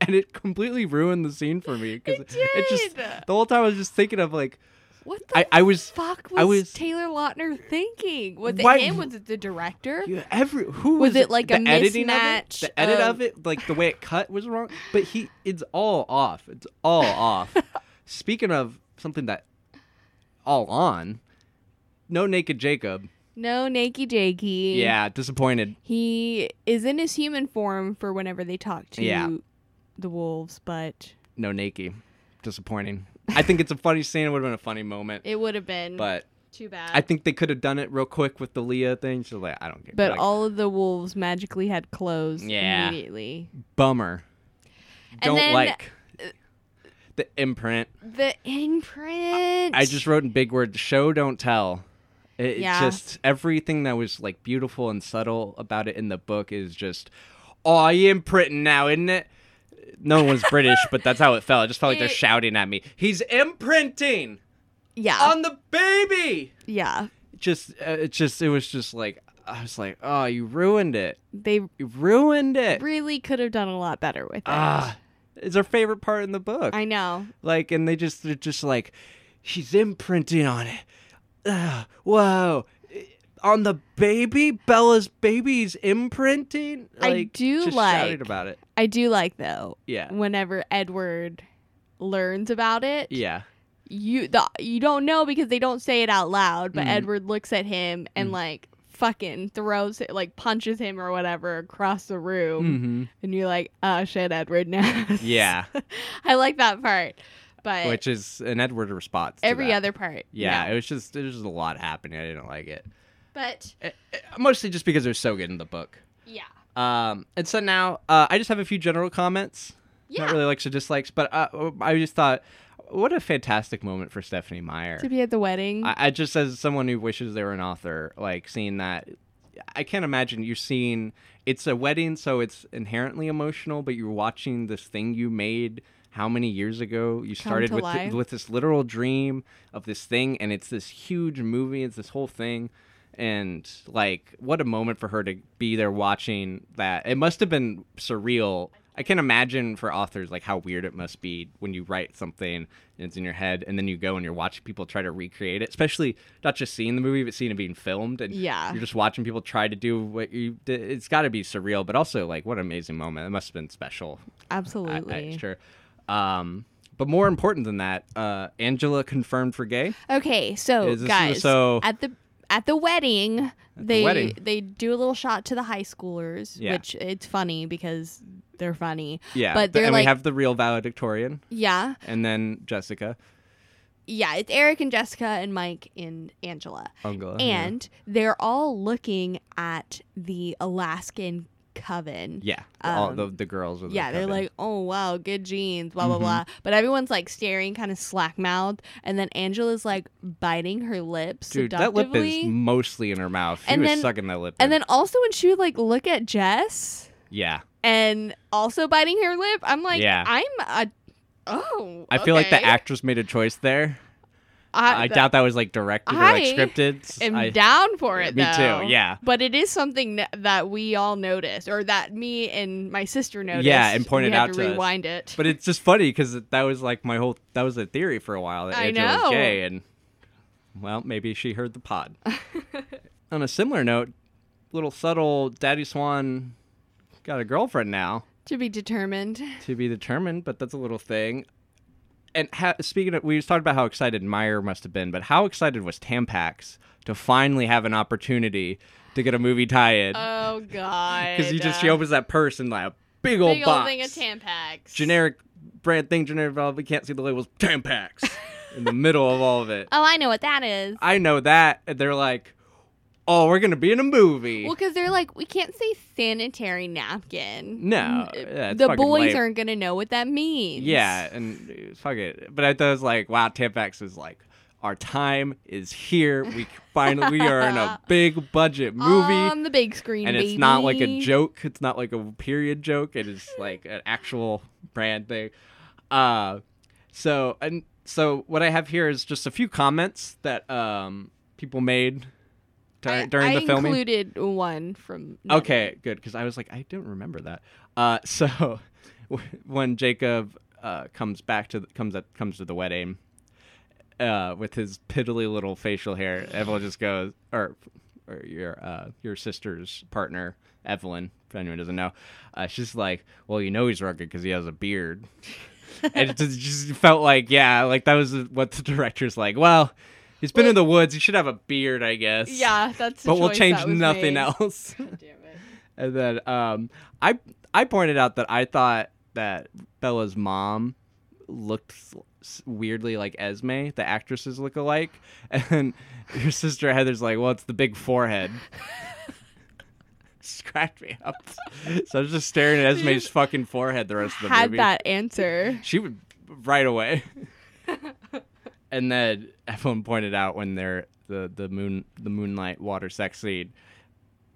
[SPEAKER 2] and it completely ruined the scene for me because
[SPEAKER 1] It
[SPEAKER 2] just
[SPEAKER 1] did.
[SPEAKER 2] the whole time I was just thinking of like
[SPEAKER 1] What the
[SPEAKER 2] I, I was
[SPEAKER 1] fuck was,
[SPEAKER 2] I was-
[SPEAKER 1] Taylor Lautner thinking? Was
[SPEAKER 2] Why-
[SPEAKER 1] it him? Was it the director?
[SPEAKER 2] You- every who
[SPEAKER 1] Was it like
[SPEAKER 2] the
[SPEAKER 1] a
[SPEAKER 2] editing
[SPEAKER 1] mismatch
[SPEAKER 2] Of it, the edit
[SPEAKER 1] of-
[SPEAKER 2] of it, like the way it cut was wrong. But he, it's all off. It's
[SPEAKER 1] *laughs*
[SPEAKER 2] all off. Speaking of something that all on, no naked Jacob.
[SPEAKER 1] No, Nakey Jakey.
[SPEAKER 2] Yeah, disappointed.
[SPEAKER 1] He is in his human form for whenever they talk to
[SPEAKER 2] Yeah.
[SPEAKER 1] the wolves, but
[SPEAKER 2] No naked, disappointing. I think it's a funny scene. It would have been a funny moment,
[SPEAKER 1] it would have been
[SPEAKER 2] but
[SPEAKER 1] too bad.
[SPEAKER 2] I think they could have done it real quick with the Leah thing. She's like, I don't get.
[SPEAKER 1] but
[SPEAKER 2] like,
[SPEAKER 1] all of the wolves magically had clothes
[SPEAKER 2] Yeah.
[SPEAKER 1] immediately.
[SPEAKER 2] bummer. Don't
[SPEAKER 1] then- uh,
[SPEAKER 2] like the imprint.
[SPEAKER 1] The imprint.
[SPEAKER 2] I just wrote in big words, show don't tell. It, it
[SPEAKER 1] Yeah.
[SPEAKER 2] just everything that was like beautiful and subtle about it in the book is just oh you in Britain now, isn't it? No one's British, but that's how it felt. It just felt like they're
[SPEAKER 1] It-
[SPEAKER 2] shouting at me. He's imprinting
[SPEAKER 1] yeah
[SPEAKER 2] on the baby.
[SPEAKER 1] yeah
[SPEAKER 2] Just uh, it just it was just like I was like, "Oh, you ruined it.
[SPEAKER 1] they
[SPEAKER 2] You ruined it."
[SPEAKER 1] really could have done a lot better with it.
[SPEAKER 2] Ah. It's our favorite part in the book.
[SPEAKER 1] I know.
[SPEAKER 2] Like, and they just they're just like, she's imprinting on it. Ugh, whoa, on the baby, Bella's baby's imprinting.
[SPEAKER 1] I
[SPEAKER 2] Like,
[SPEAKER 1] do
[SPEAKER 2] just
[SPEAKER 1] like-
[SPEAKER 2] shouted about it.
[SPEAKER 1] I do like though
[SPEAKER 2] Yeah,
[SPEAKER 1] whenever Edward learns about it.
[SPEAKER 2] yeah,
[SPEAKER 1] you the you don't know because they don't say it out loud, but
[SPEAKER 2] Mhm.
[SPEAKER 1] Edward looks at him
[SPEAKER 2] Mm.
[SPEAKER 1] and like fucking throws it like punches him or whatever across the room
[SPEAKER 2] mm-hmm.
[SPEAKER 1] and you're like, oh shit, Edward *laughs* now.
[SPEAKER 2] yeah.
[SPEAKER 1] I like that part. But
[SPEAKER 2] Which is an Edward response. to
[SPEAKER 1] every
[SPEAKER 2] that.
[SPEAKER 1] other part.
[SPEAKER 2] Yeah, it was just there's just a lot happening. I didn't like it,
[SPEAKER 1] But
[SPEAKER 2] Eh, eh, mostly just because it was so good in the book.
[SPEAKER 1] yeah.
[SPEAKER 2] Um, and so now uh, I just have a few general comments.
[SPEAKER 1] Yeah.
[SPEAKER 2] Not really likes or dislikes, but uh, I just thought, what a fantastic moment for Stephanie Meyer.
[SPEAKER 1] to be at the wedding.
[SPEAKER 2] I, I just as someone who wishes they were an author, like seeing that I can't imagine you're seeing it's a wedding, so it's inherently emotional, but you're watching this thing you made how many years ago you started
[SPEAKER 1] to
[SPEAKER 2] with th-
[SPEAKER 1] life.
[SPEAKER 2] with this literal dream of this thing and it's this huge movie it's this whole thing and like what a moment for her to be there watching that it must have been surreal i can imagine for authors like how weird it must be when you write something and it's in your head and then you go and you're watching people try to recreate it especially not just seeing the movie but seeing it being filmed and
[SPEAKER 1] Yeah.
[SPEAKER 2] you're just watching people try to do what you did it's got to be surreal but also like what an amazing moment it must have been special I- I-
[SPEAKER 1] Absolutely.
[SPEAKER 2] sure. Um, but more important than that, uh, Angela confirmed for gay.
[SPEAKER 1] Okay, so
[SPEAKER 2] Is this-
[SPEAKER 1] guys,
[SPEAKER 2] so-
[SPEAKER 1] at the at the wedding, they
[SPEAKER 2] wedding.
[SPEAKER 1] they do a little shot to the high schoolers,
[SPEAKER 2] Yeah.
[SPEAKER 1] which it's funny because they're funny.
[SPEAKER 2] Yeah,
[SPEAKER 1] but
[SPEAKER 2] th-
[SPEAKER 1] they're
[SPEAKER 2] and
[SPEAKER 1] like,
[SPEAKER 2] we have the real valedictorian,
[SPEAKER 1] yeah,
[SPEAKER 2] and then Jessica,
[SPEAKER 1] yeah. It's Eric and Jessica and Mike and Angela,
[SPEAKER 2] Angela, yeah.
[SPEAKER 1] and they're all looking at the Alaskan coven.
[SPEAKER 2] yeah, all
[SPEAKER 1] um,
[SPEAKER 2] the, the girls. With
[SPEAKER 1] Yeah,
[SPEAKER 2] the
[SPEAKER 1] they're
[SPEAKER 2] coven. Mm-hmm.
[SPEAKER 1] like, oh wow, good genes, blah blah blah. But everyone's like staring, kind of slack mouthed, and then Angela's like biting her lips.
[SPEAKER 2] dude, that lip
[SPEAKER 1] seductively.
[SPEAKER 2] is mostly in her mouth. She
[SPEAKER 1] And
[SPEAKER 2] was
[SPEAKER 1] then-
[SPEAKER 2] sucking that lip.
[SPEAKER 1] And
[SPEAKER 2] in.
[SPEAKER 1] then also when she would like look at Jess
[SPEAKER 2] yeah,
[SPEAKER 1] and also biting her lip, I'm like,
[SPEAKER 2] Yeah.
[SPEAKER 1] I'm a oh.
[SPEAKER 2] I feel like the
[SPEAKER 1] okay.
[SPEAKER 2] actress made a choice there. I,
[SPEAKER 1] th-
[SPEAKER 2] doubt that was like directed or like
[SPEAKER 1] I
[SPEAKER 2] scripted. S-
[SPEAKER 1] am
[SPEAKER 2] I-
[SPEAKER 1] down for
[SPEAKER 2] Yeah,
[SPEAKER 1] it.
[SPEAKER 2] me too,
[SPEAKER 1] though.
[SPEAKER 2] yeah.
[SPEAKER 1] But it is something n- that we all noticed, or that me and my sister noticed.
[SPEAKER 2] and pointed
[SPEAKER 1] we had
[SPEAKER 2] out
[SPEAKER 1] to
[SPEAKER 2] to us.
[SPEAKER 1] rewind it.
[SPEAKER 2] but it's just funny because that was like my whole that was a theory for a while that
[SPEAKER 1] I
[SPEAKER 2] Angela was
[SPEAKER 1] know.
[SPEAKER 2] gay, and well, maybe she heard
[SPEAKER 1] *laughs*
[SPEAKER 2] the pod. On a similar note, little subtle Daddy Swan got a girlfriend now
[SPEAKER 1] to be
[SPEAKER 2] *laughs*
[SPEAKER 1] determined.
[SPEAKER 2] to be determined, but that's a little thing. And ha- speaking of, we was talking about how excited Meyer must have been, but how excited was Tampax to finally have an opportunity to get a movie tie-in?
[SPEAKER 1] Oh god.
[SPEAKER 2] Because he just he opens that purse and like a big old
[SPEAKER 1] big
[SPEAKER 2] box
[SPEAKER 1] old thing of Tampax.
[SPEAKER 2] generic brand thing, generic valve. We can't see the labels. Tampax in the middle of all
[SPEAKER 1] *laughs*
[SPEAKER 2] of it.
[SPEAKER 1] Oh, I know what that is.
[SPEAKER 2] I know that. And they're like, oh, we're gonna be in a movie.
[SPEAKER 1] Well, because they're like, we can't say sanitary napkin.
[SPEAKER 2] no,
[SPEAKER 1] N-
[SPEAKER 2] yeah, it's
[SPEAKER 1] the
[SPEAKER 2] fucking
[SPEAKER 1] boys
[SPEAKER 2] lame.
[SPEAKER 1] aren't gonna know what that means.
[SPEAKER 2] Yeah, and uh, fuck it. But I thought it was like, wow, Tampax is like. Our time is
[SPEAKER 1] *laughs*
[SPEAKER 2] here. We finally we are in a big budget movie,
[SPEAKER 1] on the big screen,
[SPEAKER 2] and it's not like a
[SPEAKER 1] baby.
[SPEAKER 2] joke. It's not like a period joke. It is like an actual brand thing. Uh, so and so what I have here is just a few comments that um people made dur-
[SPEAKER 1] I-
[SPEAKER 2] during
[SPEAKER 1] I
[SPEAKER 2] the filming.
[SPEAKER 1] included one from.
[SPEAKER 2] okay, good because I was like I don't remember that. Uh, *laughs* so when Jacob uh comes back to the, comes up comes to the wedding. Uh, with his piddly little facial hair, Evelyn just goes, or, or your uh, your sister's partner, Evelyn, if anyone doesn't know, uh, she's like, well, you know he's rugged because he has
[SPEAKER 1] *laughs*
[SPEAKER 2] a beard and it just, just felt like yeah like that was what the director's like well he's been in the woods he should have a beard i guess
[SPEAKER 1] Yeah, that's. a
[SPEAKER 2] but we'll
[SPEAKER 1] choice
[SPEAKER 2] change
[SPEAKER 1] that was
[SPEAKER 2] nothing
[SPEAKER 1] made. *laughs*
[SPEAKER 2] else
[SPEAKER 1] Damn it.
[SPEAKER 2] and then um i i pointed out that i thought that bella's mom looked s- weirdly like esme the actresses look alike *laughs* and your sister heather's like well it's the big forehead *laughs* Scratch me up. So I was just staring at Esme's fucking forehead the rest of the
[SPEAKER 1] Had
[SPEAKER 2] movie.
[SPEAKER 1] that answer.
[SPEAKER 2] She would right away.
[SPEAKER 1] *laughs*
[SPEAKER 2] and then everyone pointed out when they're the, the moon the moonlight water sex scene.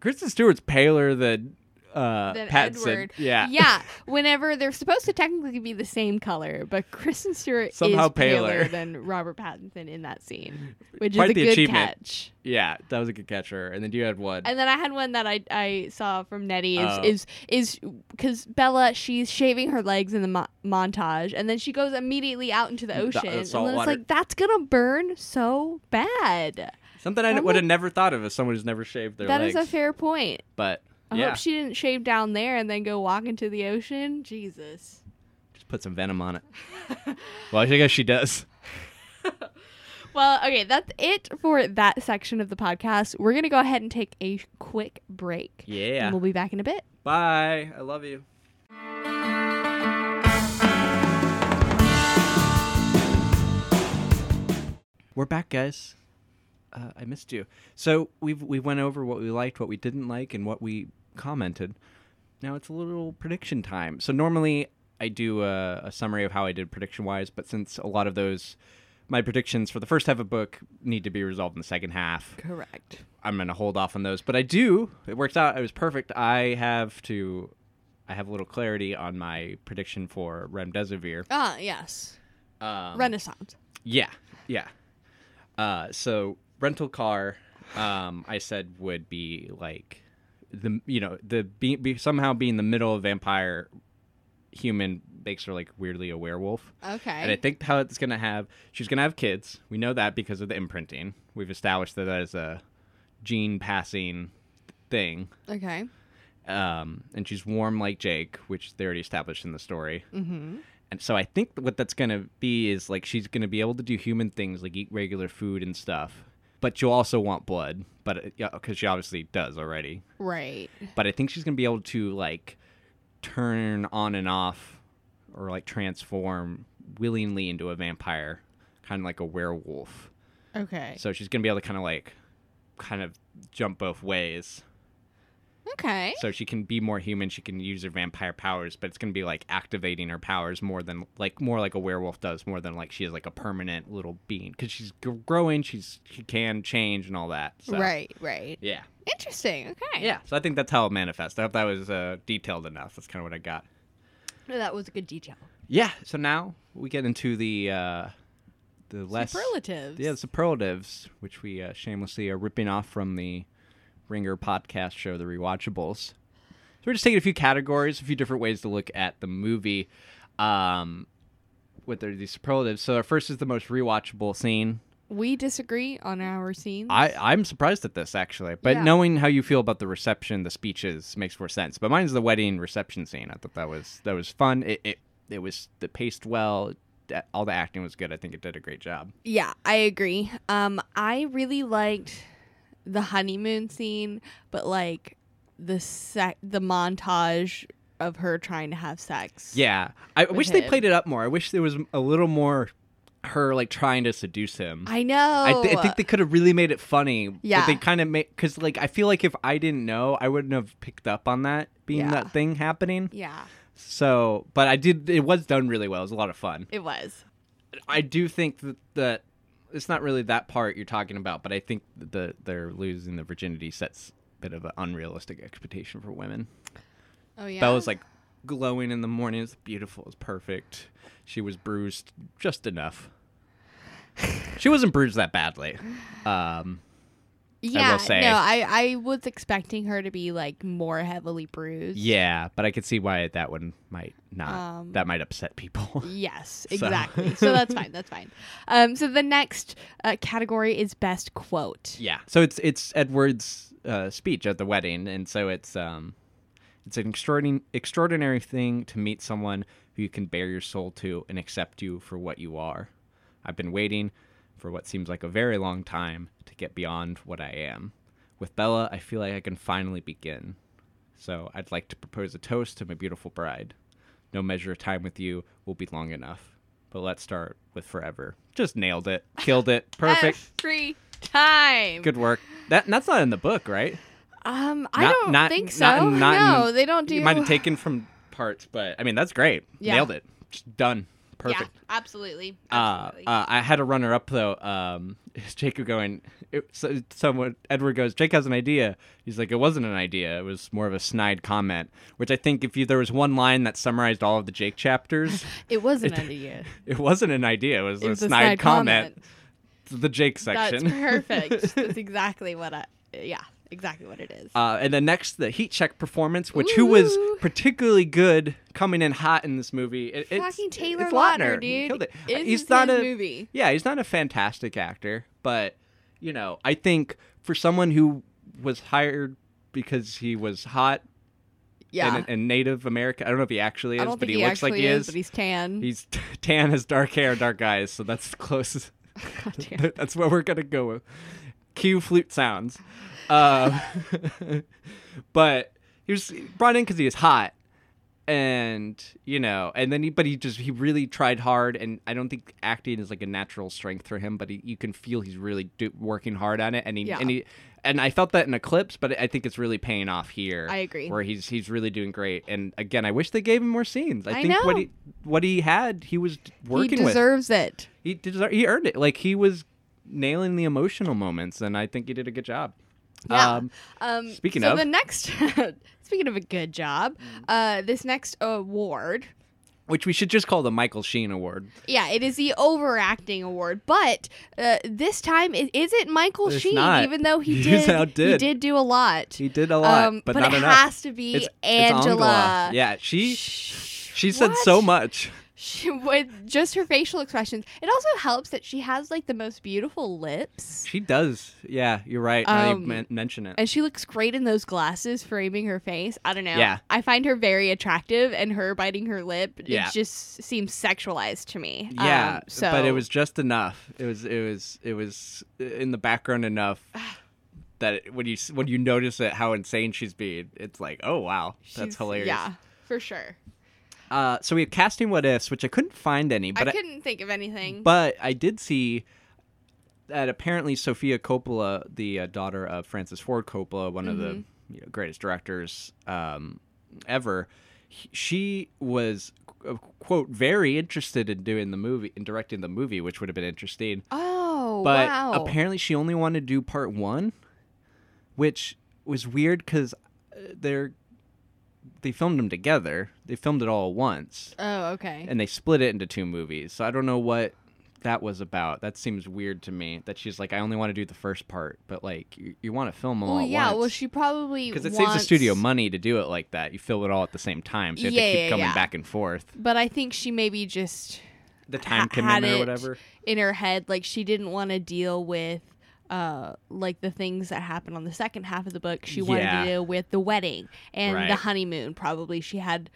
[SPEAKER 2] Kristen Stewart's paler than uh
[SPEAKER 1] Than
[SPEAKER 2] Pattinson.
[SPEAKER 1] Edward.
[SPEAKER 2] Yeah.
[SPEAKER 1] Yeah. Whenever they're supposed to technically be the same color, but Kristen Stewart
[SPEAKER 2] Somehow
[SPEAKER 1] is paler.
[SPEAKER 2] paler.
[SPEAKER 1] than Robert Pattinson in that
[SPEAKER 2] *laughs*
[SPEAKER 1] scene, which is
[SPEAKER 2] Quite
[SPEAKER 1] a
[SPEAKER 2] the
[SPEAKER 1] good
[SPEAKER 2] achievement.
[SPEAKER 1] catch.
[SPEAKER 2] Yeah, that was a good catcher. And then you had one.
[SPEAKER 1] And then I had one that I I saw from Nettie is
[SPEAKER 2] Oh.
[SPEAKER 1] is is because Bella she's shaving her legs in the mo- montage, and then she goes immediately out into the
[SPEAKER 2] The- the
[SPEAKER 1] ocean, and
[SPEAKER 2] salt
[SPEAKER 1] then it's
[SPEAKER 2] water.
[SPEAKER 1] like that's gonna burn so bad.
[SPEAKER 2] Something I
[SPEAKER 1] I'm
[SPEAKER 2] would have
[SPEAKER 1] like-
[SPEAKER 2] never thought of as someone who's never shaved their
[SPEAKER 1] That is
[SPEAKER 2] legs.
[SPEAKER 1] a fair Oh. point.
[SPEAKER 2] but
[SPEAKER 1] I
[SPEAKER 2] yeah,
[SPEAKER 1] hope she didn't shave down there and then go walk into the ocean. Jesus.
[SPEAKER 2] just put some venom on it.
[SPEAKER 1] *laughs*
[SPEAKER 2] well, I guess she does.
[SPEAKER 1] Well, okay, that's it for that section of the podcast. We're gonna go ahead and take a quick break.
[SPEAKER 2] Yeah.
[SPEAKER 1] And we'll be back in a bit.
[SPEAKER 2] Bye. I love you. We're back, guys. Uh, I missed you. So we've we went over what we liked, what we didn't like, and what we commented. Now it's a little prediction time. So normally I do a, a summary of how I did prediction wise, but since a lot of those my predictions for the first half of the book need to be resolved in the second half.
[SPEAKER 1] Correct.
[SPEAKER 2] I'm gonna hold off on those, but I do. It works out. It was perfect. I have to. I have a little clarity on my prediction for remdesivir.
[SPEAKER 1] Ah, yes.
[SPEAKER 2] Um,
[SPEAKER 1] Renaissance.
[SPEAKER 2] yeah, yeah. Uh, so rental car, um, I said would be like the you know the be, be somehow being the middle of vampire human makes her like weirdly a werewolf.
[SPEAKER 1] Okay.
[SPEAKER 2] And I think how it's gonna have she's gonna have kids. We know that because of the imprinting. We've established that that is a gene passing thing.
[SPEAKER 1] okay.
[SPEAKER 2] Um, and she's warm like Jake, which they already established in the story. Mm-hmm. And so I think that what that's gonna be is like she's gonna be able to do human things like eat regular food and stuff, but you'll also want blood, but because she obviously does already
[SPEAKER 1] Right.
[SPEAKER 2] but I think she's gonna be able to like turn on and off or like transform willingly into a vampire, kind of like a werewolf.
[SPEAKER 1] Okay.
[SPEAKER 2] So she's gonna be able to kind of like kind of jump both ways.
[SPEAKER 1] Okay.
[SPEAKER 2] So she can be more human, she can use her vampire powers, but it's gonna be like activating her powers more than like more like a werewolf does, more than like she is like a permanent little being because she's g- growing, she's she can change and all that. So,
[SPEAKER 1] Right, right.
[SPEAKER 2] Yeah.
[SPEAKER 1] Interesting. Okay.
[SPEAKER 2] Yeah. So I think that's how it manifests. I hope that was uh, detailed enough. That's kind of what I got.
[SPEAKER 1] No, that was a good detail.
[SPEAKER 2] Yeah. So now we get into the uh, the less
[SPEAKER 1] Superlatives.
[SPEAKER 2] yeah the superlatives, which we uh, shamelessly are ripping off from the Ringer podcast show, The Rewatchables. So we're just taking a few categories, a few different ways to look at the movie. Um, what are these superlatives? So our first is the most rewatchable scene.
[SPEAKER 1] We disagree on our scenes.
[SPEAKER 2] I, I'm surprised at this actually, but
[SPEAKER 1] Yeah.
[SPEAKER 2] knowing how you feel about the reception, the speeches makes more sense. But mine's the wedding reception scene. I thought that was that was fun. It it, it was it paced well. That- All the acting was good. I think it did a great job.
[SPEAKER 1] yeah, I agree. Um, I really liked the honeymoon scene, but like the sec- the montage of her trying to have sex.
[SPEAKER 2] Yeah, I
[SPEAKER 1] With
[SPEAKER 2] wish they
[SPEAKER 1] him.
[SPEAKER 2] played it up more. I wish there was a little more her like trying to seduce him.
[SPEAKER 1] I know.
[SPEAKER 2] I, th- I think they could have really made it funny.
[SPEAKER 1] Yeah.
[SPEAKER 2] But they kind of make because like I feel like if I didn't know, I wouldn't have picked up on that being
[SPEAKER 1] Yeah.
[SPEAKER 2] that thing happening.
[SPEAKER 1] yeah,
[SPEAKER 2] So, but I did. It was done really well. It was a lot of fun.
[SPEAKER 1] it was.
[SPEAKER 2] I do think that, that it's not really that part you're talking about, but I think that the they're losing the virginity sets a bit of an unrealistic expectation for women.
[SPEAKER 1] Oh yeah.
[SPEAKER 2] Bella's like glowing in the morning. It's beautiful. It's perfect. She was bruised just enough. she wasn't bruised that badly. Um,
[SPEAKER 1] yeah.
[SPEAKER 2] say-
[SPEAKER 1] No, I I was expecting her to be like more heavily bruised.
[SPEAKER 2] yeah, but I could see why that one might not.
[SPEAKER 1] Um,
[SPEAKER 2] that might upset people.
[SPEAKER 1] Yes,
[SPEAKER 2] *laughs*
[SPEAKER 1] exactly. so that's fine. That's fine. Um, so the next uh, category is best quote.
[SPEAKER 2] Yeah. So it's it's Edward's uh, speech at the wedding, and so it's um, it's an extraordinary extraordinary thing to meet someone who you can bear your soul to and accept you for what you are. I've been waiting for what seems like a very long time to get beyond what I am. With Bella, I feel like I can finally begin. So I'd like to propose a toast to my beautiful bride. No measure of time with you will be long enough. But let's start with forever. Just nailed it. Killed it. Perfect.
[SPEAKER 1] Every time.
[SPEAKER 2] Good work. That that's not in the book, right?
[SPEAKER 1] Um, I
[SPEAKER 2] Not-
[SPEAKER 1] don't
[SPEAKER 2] not-
[SPEAKER 1] think so.
[SPEAKER 2] not
[SPEAKER 1] *laughs*
[SPEAKER 2] in- not in-
[SPEAKER 1] no, they don't do.
[SPEAKER 2] You might have taken from parts, but I mean that's great.
[SPEAKER 1] Yeah.
[SPEAKER 2] Nailed it. Just done. Perfect.
[SPEAKER 1] Yeah, absolutely.
[SPEAKER 2] Uh,
[SPEAKER 1] absolutely.
[SPEAKER 2] uh, I had a runner up though. Um, *laughs* is Jacob going? It, so, someone Edward goes. Jake has an idea. He's like, it wasn't an idea. It was more of a snide comment. Which I think, if you there was one line that summarized all of the Jake
[SPEAKER 1] *laughs*
[SPEAKER 2] chapters,
[SPEAKER 1] it wasn't an
[SPEAKER 2] *laughs*
[SPEAKER 1] idea.
[SPEAKER 2] it wasn't an idea. It was,
[SPEAKER 1] It was
[SPEAKER 2] a, snide comment. It's The Jake section.
[SPEAKER 1] That's *laughs*
[SPEAKER 2] *laughs*
[SPEAKER 1] perfect. That's exactly what I. Yeah, exactly what it is.
[SPEAKER 2] Uh, and then next, the heat check performance, which who was
[SPEAKER 1] Ooh.
[SPEAKER 2] particularly good, coming in hot in this movie. It, it's,
[SPEAKER 1] Fucking Taylor
[SPEAKER 2] it's
[SPEAKER 1] Lautner,
[SPEAKER 2] Lautner. He
[SPEAKER 1] dude.
[SPEAKER 2] killed it. Uh,
[SPEAKER 1] This
[SPEAKER 2] he's
[SPEAKER 1] is
[SPEAKER 2] not
[SPEAKER 1] his
[SPEAKER 2] a
[SPEAKER 1] movie.
[SPEAKER 2] yeah, he's not a fantastic actor, but you know, I think for someone who was hired because he was hot
[SPEAKER 1] Yeah,
[SPEAKER 2] and, and Native American, I don't know if he actually is,
[SPEAKER 1] I don't
[SPEAKER 2] but
[SPEAKER 1] think
[SPEAKER 2] he,
[SPEAKER 1] he,
[SPEAKER 2] looks
[SPEAKER 1] actually
[SPEAKER 2] like he
[SPEAKER 1] is,
[SPEAKER 2] is.
[SPEAKER 1] but he's tan.
[SPEAKER 2] He's *laughs* t- tan, has dark hair, dark eyes, so that's *laughs* the closest.
[SPEAKER 1] *laughs* God
[SPEAKER 2] *laughs*
[SPEAKER 1] damn.
[SPEAKER 2] Th- That's what we're gonna go with. Cue flute sounds. *laughs* Um, but he was brought in because he was hot, and you know and then he but he just he really tried hard and i don't think acting is like a natural strength for him but he, you can feel he's really do, working hard on it and he
[SPEAKER 1] Yeah.
[SPEAKER 2] and he and i felt that in eclipse but i think it's really paying off here
[SPEAKER 1] I agree.
[SPEAKER 2] where he's he's really doing great and again i wish they gave him more scenes i,
[SPEAKER 1] I
[SPEAKER 2] think what
[SPEAKER 1] know.
[SPEAKER 2] he what he had he was working
[SPEAKER 1] he
[SPEAKER 2] with
[SPEAKER 1] deserves it.
[SPEAKER 2] he deserved, he earned it. Like he was nailing the emotional moments, and I think he did a good job.
[SPEAKER 1] Yeah.
[SPEAKER 2] Um,
[SPEAKER 1] Um,
[SPEAKER 2] Speaking
[SPEAKER 1] so
[SPEAKER 2] of- Mm.
[SPEAKER 1] the next, *laughs* speaking of a good job, uh, this next award,
[SPEAKER 2] which we should just call the Michael Sheen Award.
[SPEAKER 1] yeah, it is the overacting award, but uh, this time it isn't Michael
[SPEAKER 2] It's
[SPEAKER 1] Sheen,
[SPEAKER 2] not.
[SPEAKER 1] even though
[SPEAKER 2] *laughs*
[SPEAKER 1] he
[SPEAKER 2] He
[SPEAKER 1] did, he
[SPEAKER 2] outdid.
[SPEAKER 1] did do a lot.
[SPEAKER 2] He did a lot,
[SPEAKER 1] Um,
[SPEAKER 2] but,
[SPEAKER 1] but
[SPEAKER 2] not
[SPEAKER 1] it
[SPEAKER 2] enough.
[SPEAKER 1] has to be
[SPEAKER 2] Angela.
[SPEAKER 1] Angela.
[SPEAKER 2] Yeah, she
[SPEAKER 1] Sh-
[SPEAKER 2] she said
[SPEAKER 1] what?
[SPEAKER 2] so much.
[SPEAKER 1] *laughs* She, with just her facial expressions. It also helps that she has like the most beautiful lips.
[SPEAKER 2] She does. Yeah, you're right. Now you
[SPEAKER 1] Um,
[SPEAKER 2] men- mention it.
[SPEAKER 1] And she looks great in those glasses framing her face. I don't know.
[SPEAKER 2] Yeah.
[SPEAKER 1] I find her very attractive and her biting her lip
[SPEAKER 2] Yeah.
[SPEAKER 1] it just seems sexualized to me.
[SPEAKER 2] Yeah,
[SPEAKER 1] Um, so
[SPEAKER 2] but it was just enough. It was it was it was in the background enough that it, when you s- when you notice it how insane she's being, it's like, oh wow, that's
[SPEAKER 1] she's-
[SPEAKER 2] hilarious.
[SPEAKER 1] Yeah, for sure.
[SPEAKER 2] Uh, so we have casting what ifs, which I couldn't find any, but
[SPEAKER 1] I couldn't think of anything.
[SPEAKER 2] But I did see that apparently Sophia Coppola, the uh, daughter of Francis Ford Coppola, one of the
[SPEAKER 1] Mm-hmm.
[SPEAKER 2] you know, greatest directors um, ever, he- she was uh, quote very interested in doing the movie in directing the movie, which would have been interesting.
[SPEAKER 1] oh
[SPEAKER 2] But
[SPEAKER 1] wow.
[SPEAKER 2] apparently, she only wanted to do part one, which was weird because they're they filmed them together. They filmed it all at once
[SPEAKER 1] oh okay.
[SPEAKER 2] and they split it into two movies. So I don't know what that was about. That seems weird to me. That she's like, I only want to do the first part, but like you, you want to film them all
[SPEAKER 1] well,
[SPEAKER 2] at
[SPEAKER 1] yeah.
[SPEAKER 2] once.
[SPEAKER 1] Well, she probably
[SPEAKER 2] because it
[SPEAKER 1] wants...
[SPEAKER 2] saves the studio money to do it like that. You film it all at the same time, so you have
[SPEAKER 1] Yeah,
[SPEAKER 2] to keep
[SPEAKER 1] yeah,
[SPEAKER 2] coming
[SPEAKER 1] yeah.
[SPEAKER 2] back and forth.
[SPEAKER 1] But I think she maybe just
[SPEAKER 2] The time
[SPEAKER 1] ha- had
[SPEAKER 2] commitment or
[SPEAKER 1] it
[SPEAKER 2] whatever.
[SPEAKER 1] in her head like she didn't want to deal with uh like the things that happened on the second half of the book she wanted
[SPEAKER 2] Yeah.
[SPEAKER 1] to deal with the wedding and
[SPEAKER 2] Right.
[SPEAKER 1] the honeymoon probably she had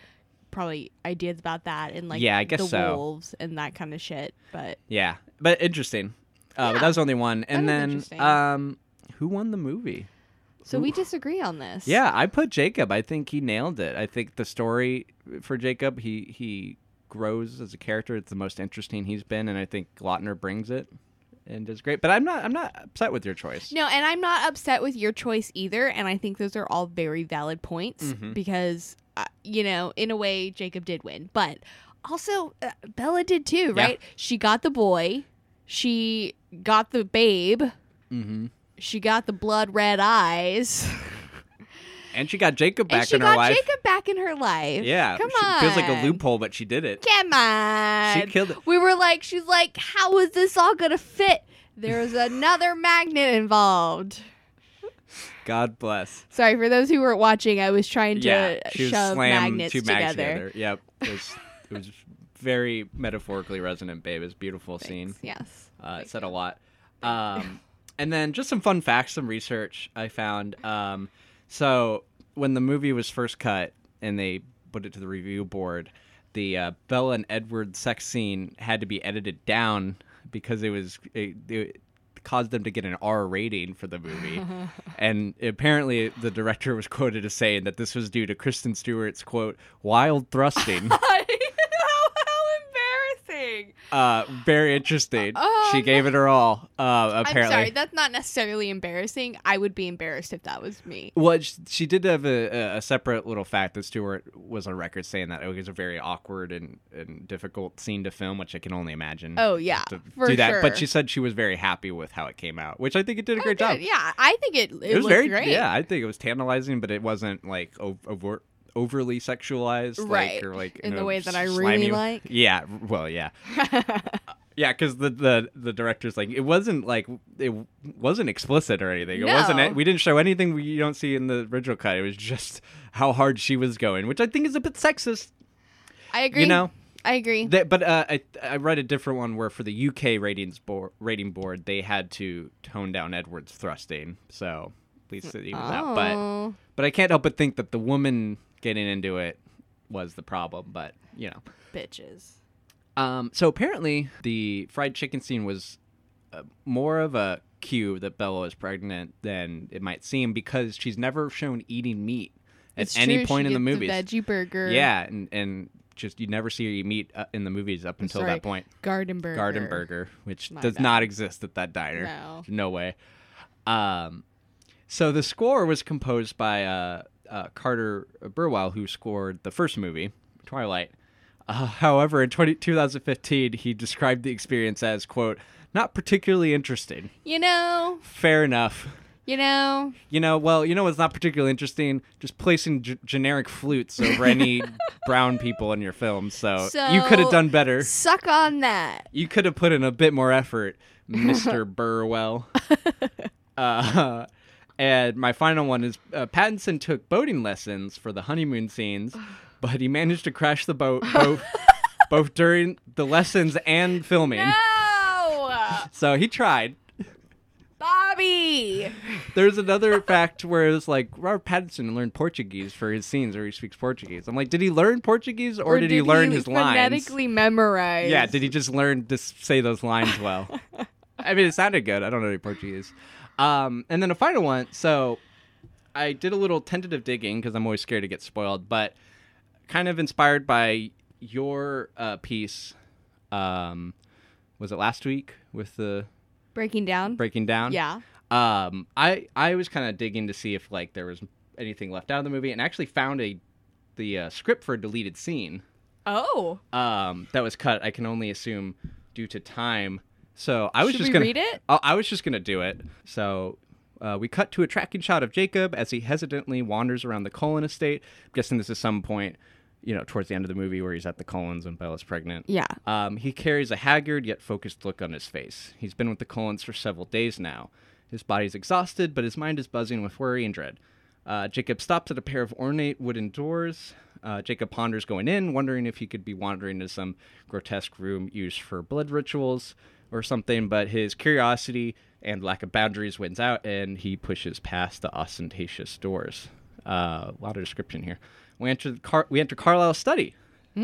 [SPEAKER 1] probably ideas about that and like
[SPEAKER 2] Yeah, I guess
[SPEAKER 1] the
[SPEAKER 2] so.
[SPEAKER 1] wolves and that kind of shit but
[SPEAKER 2] Yeah, but interesting. Uh, But that was only one, and
[SPEAKER 1] That is
[SPEAKER 2] then
[SPEAKER 1] interesting.
[SPEAKER 2] um, who won the movie?
[SPEAKER 1] so we disagree on this
[SPEAKER 2] Yeah, I put Jacob. I think he nailed it. I think the story for Jacob, he he grows as a character. It's the most interesting he's been, and I think Lautner brings it and does great. But I'm not I'm not upset with your choice.
[SPEAKER 1] no and i'm not upset with your choice either and i think those are all very valid points
[SPEAKER 2] Mhm.
[SPEAKER 1] because uh, you know in a way jacob did win but also uh, bella did too
[SPEAKER 2] Yeah.
[SPEAKER 1] right she got the boy she got the babe
[SPEAKER 2] Mm-hmm.
[SPEAKER 1] she got the blood red eyes
[SPEAKER 2] And she got Jacob back
[SPEAKER 1] and she
[SPEAKER 2] in her
[SPEAKER 1] got
[SPEAKER 2] life.
[SPEAKER 1] jacob back in her life
[SPEAKER 2] Yeah,
[SPEAKER 1] come
[SPEAKER 2] she-
[SPEAKER 1] on
[SPEAKER 2] feels like a loophole, but she did it.
[SPEAKER 1] come on
[SPEAKER 2] She killed it.
[SPEAKER 1] we were like she's like how is this all gonna fit there's another magnet involved
[SPEAKER 2] God bless.
[SPEAKER 1] sorry for those who weren't watching i was trying to
[SPEAKER 2] yeah, she was
[SPEAKER 1] shove
[SPEAKER 2] slammed
[SPEAKER 1] magnets
[SPEAKER 2] two mags
[SPEAKER 1] together,
[SPEAKER 2] Yep, it was, it was very metaphorically resonant, babe. It was a beautiful scene.
[SPEAKER 1] Thanks, yes
[SPEAKER 2] Uh, it said a lot. Um, and then just some fun facts, some research I found. Um, so when the movie was first cut and they put it to the review board, the uh, Bella and Edward sex scene had to be edited down because it was it, it caused them to get an R rating for
[SPEAKER 1] *laughs*
[SPEAKER 2] the movie. and apparently, the director was quoted as saying that this was due to Kristen Stewart's quote "wild
[SPEAKER 1] *laughs* *laughs*
[SPEAKER 2] thrusting."
[SPEAKER 1] how, how embarrassing
[SPEAKER 2] uh, very interesting. she
[SPEAKER 1] Um,
[SPEAKER 2] gave it her all. Uh, apparently,
[SPEAKER 1] i'm sorry that's not necessarily embarrassing i would be embarrassed if that was me
[SPEAKER 2] Well, sh- she did have a, a- a separate little fact that Stewart was on record saying that oh, it was a very awkward and, and difficult scene to film, which I can only imagine.
[SPEAKER 1] oh yeah
[SPEAKER 2] to
[SPEAKER 1] for
[SPEAKER 2] do that.
[SPEAKER 1] sure Oh,
[SPEAKER 2] But she said she was very happy with how it came out, which I think it did a great
[SPEAKER 1] Good,
[SPEAKER 2] job.
[SPEAKER 1] Yeah, I think it, it,
[SPEAKER 2] it was
[SPEAKER 1] looked
[SPEAKER 2] very
[SPEAKER 1] great.
[SPEAKER 2] yeah. I think it was tantalizing, but it wasn't like o- overt. Overly sexualized, like,
[SPEAKER 1] Right.
[SPEAKER 2] or like
[SPEAKER 1] In
[SPEAKER 2] you
[SPEAKER 1] the
[SPEAKER 2] know,
[SPEAKER 1] way that I really
[SPEAKER 2] slimy-
[SPEAKER 1] like.
[SPEAKER 2] Yeah, well,
[SPEAKER 1] *laughs*
[SPEAKER 2] yeah, yeah, because the, the the director's like, it wasn't like it wasn't explicit or anything. It
[SPEAKER 1] No.
[SPEAKER 2] wasn't. We didn't show anything we, you don't see in the original cut. It was just how hard she was going, which I think is a bit sexist.
[SPEAKER 1] I agree.
[SPEAKER 2] You know?
[SPEAKER 1] I agree.
[SPEAKER 2] That, but uh, I I read a different one where for the UK ratings board rating board they had to tone down Edward's thrusting, so at least it evens out. But
[SPEAKER 1] Oh.
[SPEAKER 2] but I can't help but think that the woman getting into it was the problem. But you know.
[SPEAKER 1] bitches.
[SPEAKER 2] Um, so apparently, the fried chicken scene was uh, more of a cue that Bella is pregnant than it might seem because she's never shown eating meat at
[SPEAKER 1] It's
[SPEAKER 2] any
[SPEAKER 1] true,
[SPEAKER 2] point
[SPEAKER 1] she
[SPEAKER 2] in the
[SPEAKER 1] gets
[SPEAKER 2] movies.
[SPEAKER 1] veggie burger.
[SPEAKER 2] yeah, and and just you never see her meat uh, in the movies up until
[SPEAKER 1] sorry,
[SPEAKER 2] that point.
[SPEAKER 1] Garden burger.
[SPEAKER 2] Garden burger, which
[SPEAKER 1] My
[SPEAKER 2] does
[SPEAKER 1] bad.
[SPEAKER 2] not exist at that diner.
[SPEAKER 1] No.
[SPEAKER 2] way. Um, so the score was composed by uh, uh, Carter Burwell, who scored the first movie, Twilight. Uh, however, in 20, 2015, he described the experience as "quote not particularly interesting."
[SPEAKER 1] You know,
[SPEAKER 2] Fair enough.
[SPEAKER 1] you know.
[SPEAKER 2] You know, well, you know what's not particularly interesting? Just placing g- generic flutes over any brown people in your film. So, you could have
[SPEAKER 1] So-
[SPEAKER 2] done better.
[SPEAKER 1] Suck on that.
[SPEAKER 2] You could have put in a bit more *laughs* effort, Mr. Burwell. Uh, and my final one is uh, Pattinson took boating lessons for the honeymoon scenes, but he managed to crash the boat *laughs* both, both during the lessons and filming.
[SPEAKER 1] No,
[SPEAKER 2] So he tried.
[SPEAKER 1] Bobby.
[SPEAKER 2] There's another fact where it's like Robert Pattinson learned Portuguese for his scenes where he speaks Portuguese. I'm like, did he learn Portuguese or, did, he learn his lines?
[SPEAKER 1] Phonetically memorize.
[SPEAKER 2] Yeah, did he just learn to s- say those lines well? *laughs* I mean, it sounded good. I don't know any Portuguese. Um, and then a final one. So I did a little tentative digging because I'm always scared to get spoiled, but kind of inspired by your uh, piece. Um, was it last week with the
[SPEAKER 1] breaking down?
[SPEAKER 2] breaking down?
[SPEAKER 1] Yeah.
[SPEAKER 2] Um, I I was kind of digging to see if like there was anything left out of the movie, and actually found a the uh, script for a deleted scene
[SPEAKER 1] Oh,
[SPEAKER 2] um, that was cut. I can only assume due to time. So I was
[SPEAKER 1] Should
[SPEAKER 2] just
[SPEAKER 1] we
[SPEAKER 2] gonna
[SPEAKER 1] read it?
[SPEAKER 2] I, I was just gonna do it. So uh, we cut to a tracking shot of Jacob as he hesitantly wanders around the Cullen estate. I'm guessing this is some point, you know, towards the end of the movie where he's at the Cullens when Bella's pregnant.
[SPEAKER 1] yeah.
[SPEAKER 2] Um, he carries a haggard yet focused look on his face. He's been with the Collins for several days now. His body's exhausted, but his mind is buzzing with worry and dread. Uh, Jacob stops at a pair of ornate wooden doors. Uh, Jacob ponders going in, wondering if he could be wandering into some grotesque room used for blood rituals or something, but his curiosity and lack of boundaries wins out, and he pushes past the ostentatious doors. Uh, a lot of description here. We enter, Car- we enter Carlisle's study.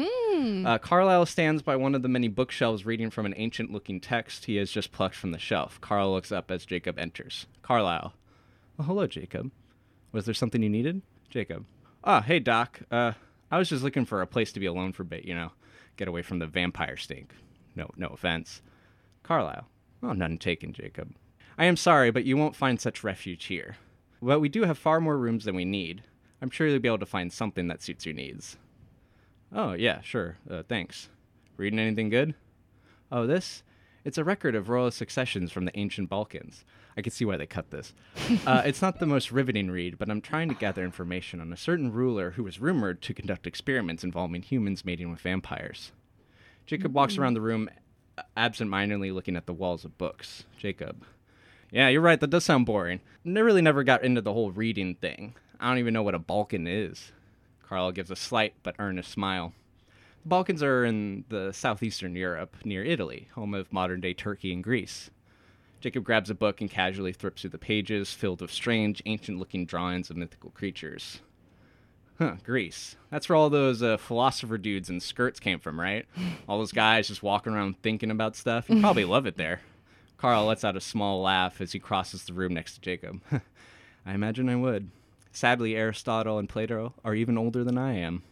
[SPEAKER 2] Uh, Carlyle stands by one of the many bookshelves reading from an ancient looking text he has just plucked from the shelf. Carl looks up as Jacob enters. Carlyle. Well, hello, Jacob. Was there something you needed? Jacob. Ah, hey, Doc. Uh, I was just looking for a place to be alone for a bit, you know, get away from the vampire stink. No, no offense. Carlyle. Oh, none taken, Jacob. I am sorry, but you won't find such refuge here. But we do have far more rooms than we need. I'm sure you'll be able to find something that suits your needs. Oh, yeah, sure. Uh, thanks. Reading anything good? Oh, this? It's a record of royal successions from the ancient Balkans. I can see why they cut this. Uh, it's not the most riveting read, but I'm trying to gather information on a certain ruler who was rumored to conduct experiments involving humans mating with vampires. Jacob walks around the room uh, absentmindedly looking at the walls of books. Jacob. Yeah, you're right. That does sound boring. I really never got into the whole reading thing. I don't even know what a Balkan is. Carl gives a slight but earnest smile. The Balkans are in the southeastern Europe, near Italy, home of modern day Turkey and Greece. Jacob grabs a book and casually flips through the pages, filled with strange, ancient looking drawings of mythical creatures. Huh, Greece. That's where all those uh, philosopher dudes in skirts came from, right? All those guys just walking around thinking about stuff. You probably love it there. Carl lets out a small laugh as he crosses the room next to Jacob. *laughs* I imagine I would. Sadly, Aristotle and Plato are even older than I am.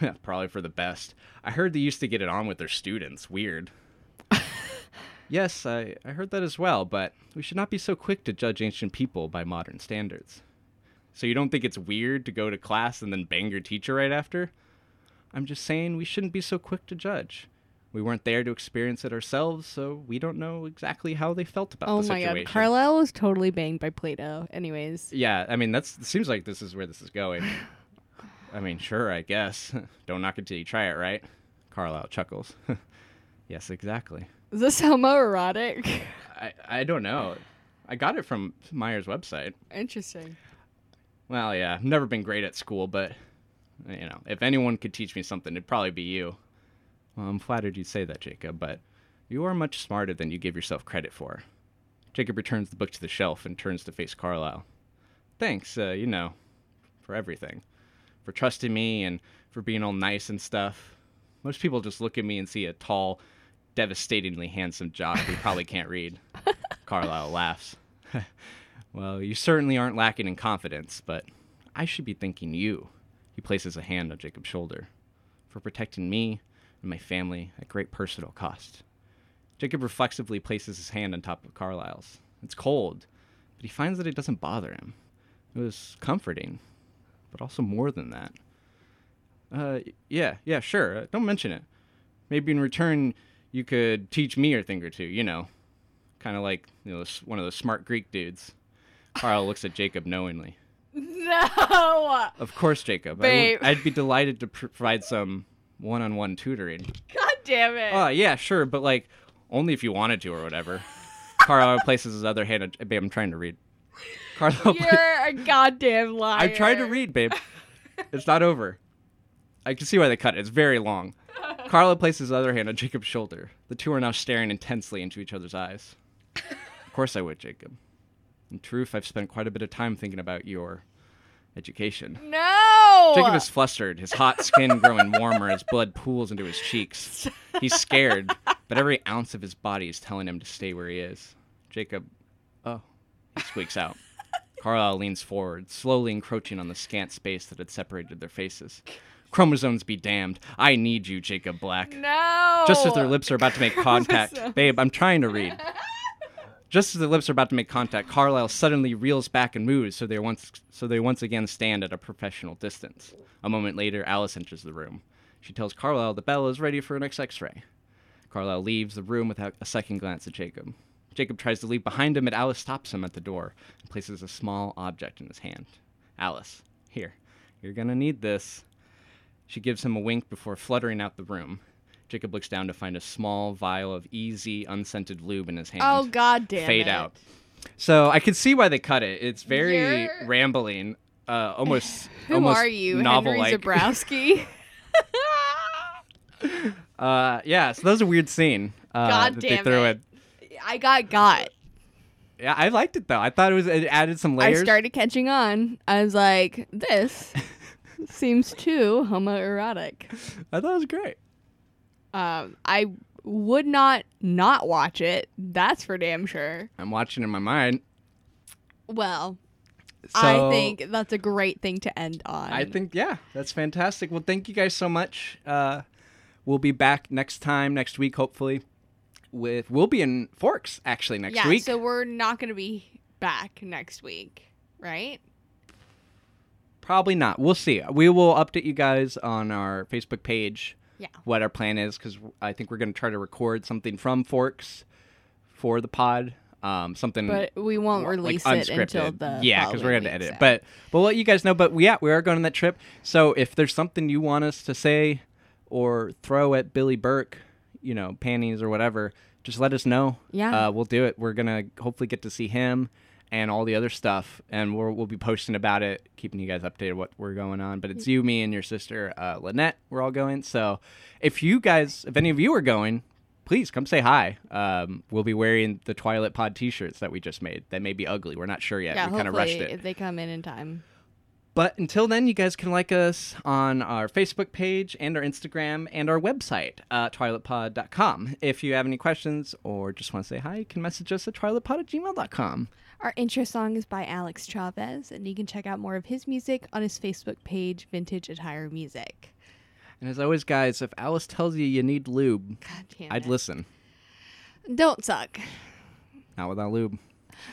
[SPEAKER 2] *laughs* probably for the best. I heard they used to get it on with their students.
[SPEAKER 1] *laughs*
[SPEAKER 2] Weird. yes, I, I heard that as well, but we should not be so quick to judge ancient people by modern standards. So you don't think it's weird to go to class and then bang your teacher right after? I'm just saying we shouldn't be so quick to judge. We weren't there to experience it ourselves, so we don't know exactly how they felt about
[SPEAKER 1] Oh
[SPEAKER 2] the
[SPEAKER 1] my
[SPEAKER 2] situation.
[SPEAKER 1] god. Carlisle was totally banged by Plato. Anyways.
[SPEAKER 2] Yeah, I mean that's it seems like this is where this is going. I mean, sure, I guess. *laughs* Don't knock it till you try it, right? Carlisle chuckles. *laughs* yes, exactly.
[SPEAKER 1] Does this sound more erotic? *laughs*
[SPEAKER 2] I, I don't know. I got it from Meyer's website.
[SPEAKER 1] Interesting.
[SPEAKER 2] Well, yeah, I've never been great at school, but you know, if anyone could teach me something, it'd probably be you. Well, I'm flattered you say that, Jacob, but you are much smarter than you give yourself credit for. Jacob returns the book to the shelf and turns to face Carlyle. Thanks, uh, you know, for everything. For trusting me and for being all nice and stuff. Most people just look at me and see a tall, devastatingly handsome jock who probably can't read. Carlyle laughs. Well, you certainly aren't lacking in confidence, but I should be thanking you. He places a hand on Jacob's shoulder for protecting me and my family at great personal cost. Jacob reflexively places his hand on top of Carlyle's. It's cold, but he finds that it doesn't bother him. It was comforting, but also more than that. Uh, yeah, yeah, sure. Uh, don't mention it. Maybe in return, you could teach me a thing or two. You know, kind of like you know s- one of those smart Greek dudes. Carl looks at Jacob knowingly.
[SPEAKER 1] No.
[SPEAKER 2] Of course, Jacob.
[SPEAKER 1] Babe.
[SPEAKER 2] I would be delighted to pr- provide some one-on-one tutoring.
[SPEAKER 1] God damn it.
[SPEAKER 2] *laughs* Uh, yeah, sure, but like only if you wanted to or whatever. Carl *laughs* places his other hand. on- Babe, I'm trying to read. Carlo. *laughs*
[SPEAKER 1] You're a goddamn liar.
[SPEAKER 2] I'm trying to
[SPEAKER 1] *laughs*
[SPEAKER 2] read, babe. It's not over. I can see why they cut it. It's
[SPEAKER 1] *laughs*
[SPEAKER 2] very long. Carlo places his other hand on Jacob's shoulder. The two are now staring intensely into each other's eyes. Of course I would, Jacob. In truth, I've spent quite a bit of time thinking about your education.
[SPEAKER 1] No.
[SPEAKER 2] Jacob is flustered, his hot skin growing warmer as blood pools into his cheeks. He's scared, but every ounce of his body is telling him to stay where he is. Jacob, oh, he squeaks out. Carlisle leans forward, slowly encroaching on the scant space that had separated their faces. Chromosomes be damned. I need you, Jacob Black.
[SPEAKER 1] No.
[SPEAKER 2] Just as their lips are about to make contact, babe, I'm trying to read. Just as their lips are about to make contact, Carlisle suddenly reels back and moves, so they once so they once again stand at a professional distance. A moment later, Alice enters the room. She tells Carlisle the bell is ready for her next X-ray. Carlisle leaves the room without a second glance at Jacob. Jacob tries to leave behind him, and Alice stops him at the door and places a small object in his hand. Alice, here, you're gonna need this. She gives him a wink before fluttering out the room. Jacob looks down to find a small vial of easy, unscented lube in his hand.
[SPEAKER 1] Oh god damn
[SPEAKER 2] Fade
[SPEAKER 1] it.
[SPEAKER 2] out. So I could see why they cut it. It's very
[SPEAKER 1] You're-
[SPEAKER 2] rambling, uh, almost.
[SPEAKER 1] *laughs* Who
[SPEAKER 2] almost
[SPEAKER 1] are you,
[SPEAKER 2] Novel-like. *laughs*
[SPEAKER 1] Henry Zabrowski? *laughs*
[SPEAKER 2] Uh, yeah. So that was a weird scene. Uh,
[SPEAKER 1] God
[SPEAKER 2] that they
[SPEAKER 1] damn
[SPEAKER 2] threw
[SPEAKER 1] it. I got got.
[SPEAKER 2] in. Yeah, I liked it though. I thought it was it added some layers.
[SPEAKER 1] I started catching on. I was like,
[SPEAKER 2] *laughs*
[SPEAKER 1] this seems too homoerotic.
[SPEAKER 2] I thought it was great.
[SPEAKER 1] Um, I would not not watch it. That's for damn sure.
[SPEAKER 2] I'm watching in my mind.
[SPEAKER 1] Well,
[SPEAKER 2] So-
[SPEAKER 1] I think that's a great thing to end on.
[SPEAKER 2] I think yeah, that's fantastic. Well, thank you guys so much. Uh, we'll be back next time next week, hopefully. With we'll be in Forks actually next
[SPEAKER 1] yeah.
[SPEAKER 2] week.
[SPEAKER 1] So we're not going to be back next week, right?
[SPEAKER 2] Probably not. We'll see. We will update you guys on our Facebook page.
[SPEAKER 1] Yeah.
[SPEAKER 2] What our plan is because I think we're going to try to record something from Forks for the pod. Um, something
[SPEAKER 1] But we won't
[SPEAKER 2] like,
[SPEAKER 1] release it
[SPEAKER 2] unscripted.
[SPEAKER 1] until the
[SPEAKER 2] yeah, because we're
[SPEAKER 1] following
[SPEAKER 2] going to
[SPEAKER 1] week,
[SPEAKER 2] edit.
[SPEAKER 1] so.
[SPEAKER 2] it. But we'll let you guys know. But yeah, we are going on that trip. So if there's something you want us to say or throw at Billy Burke, you know, panties or whatever, just let us know.
[SPEAKER 1] Yeah.
[SPEAKER 2] uh, we'll do it. We're gonna hopefully get to see him and all the other stuff, and we'll we'll be posting about it, keeping you guys updated what we're going on. But it's
[SPEAKER 1] Mm.
[SPEAKER 2] you, me, and your sister uh, Lynette. We're all going. So if you guys, if any of you are going. Please come say hi. Um, we'll be wearing the Twilight Pod T-shirts that we just made. That may be ugly. We're not sure yet.
[SPEAKER 1] yeah,
[SPEAKER 2] we kind of
[SPEAKER 1] hopefully
[SPEAKER 2] rushed it.
[SPEAKER 1] if they come in in time.
[SPEAKER 2] But until then, you guys can like us on our Facebook page and our Instagram and our website, uh, twilightpod.com. If you have any questions or just want to say hi, you can message us at twilightpod at gmail.com.
[SPEAKER 1] Our intro song is by Alex Chavez, and you can check out more of his music on his Facebook page, Vintage Attire Music.
[SPEAKER 2] And as always, guys, if Alice tells you you need lube,
[SPEAKER 1] God damn
[SPEAKER 2] I'd
[SPEAKER 1] it.
[SPEAKER 2] listen.
[SPEAKER 1] Don't suck.
[SPEAKER 2] Not without lube.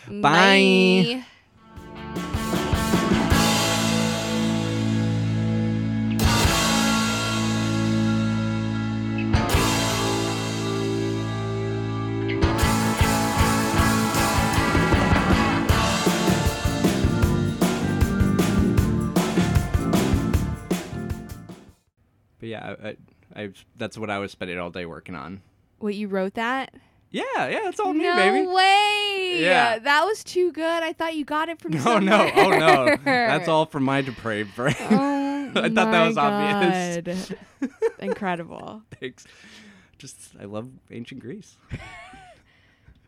[SPEAKER 2] Bye.
[SPEAKER 1] Bye.
[SPEAKER 2] But yeah, I, I, I, that's what I was spending all day working on.
[SPEAKER 1] Wait, you wrote that?
[SPEAKER 2] Yeah, yeah, it's all me,
[SPEAKER 1] no
[SPEAKER 2] baby.
[SPEAKER 1] way.
[SPEAKER 2] Yeah.
[SPEAKER 1] That was too good. I thought you got it from
[SPEAKER 2] No,
[SPEAKER 1] somewhere.
[SPEAKER 2] no, *laughs* oh no. That's all from my depraved brain.
[SPEAKER 1] *laughs*
[SPEAKER 2] *laughs*
[SPEAKER 1] Oh,
[SPEAKER 2] I thought that was obvious. *laughs*
[SPEAKER 1] obvious. Incredible.
[SPEAKER 2] Thanks. Just, I love ancient Greece.